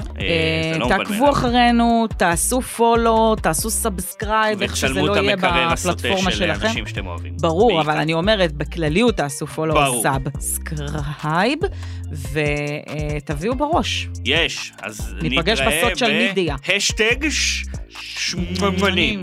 [SPEAKER 2] זה לא מובן
[SPEAKER 1] תעקבו
[SPEAKER 2] מאליו.
[SPEAKER 1] אחרינו, תעשו פולו, תעשו סאבסקרייב, איך שזה
[SPEAKER 2] ותשלמו
[SPEAKER 1] לא
[SPEAKER 2] את
[SPEAKER 1] יהיה
[SPEAKER 2] המקרר הסוטה
[SPEAKER 1] בפלטפורמה
[SPEAKER 2] של אה,
[SPEAKER 1] שלכם.
[SPEAKER 2] אנשים שאתם אוהבים.
[SPEAKER 1] ברור,
[SPEAKER 2] בעיקר.
[SPEAKER 1] אבל אני אומרת, בכלליות תעשו פולו או
[SPEAKER 2] ברור.
[SPEAKER 1] סאבסקרייב, ותביאו אה, בראש.
[SPEAKER 2] יש, אז
[SPEAKER 1] ניפגש
[SPEAKER 2] נתראה
[SPEAKER 1] בסוציאל
[SPEAKER 2] ב-
[SPEAKER 1] מדיה. Mm.
[SPEAKER 2] השטג ש- שממנים.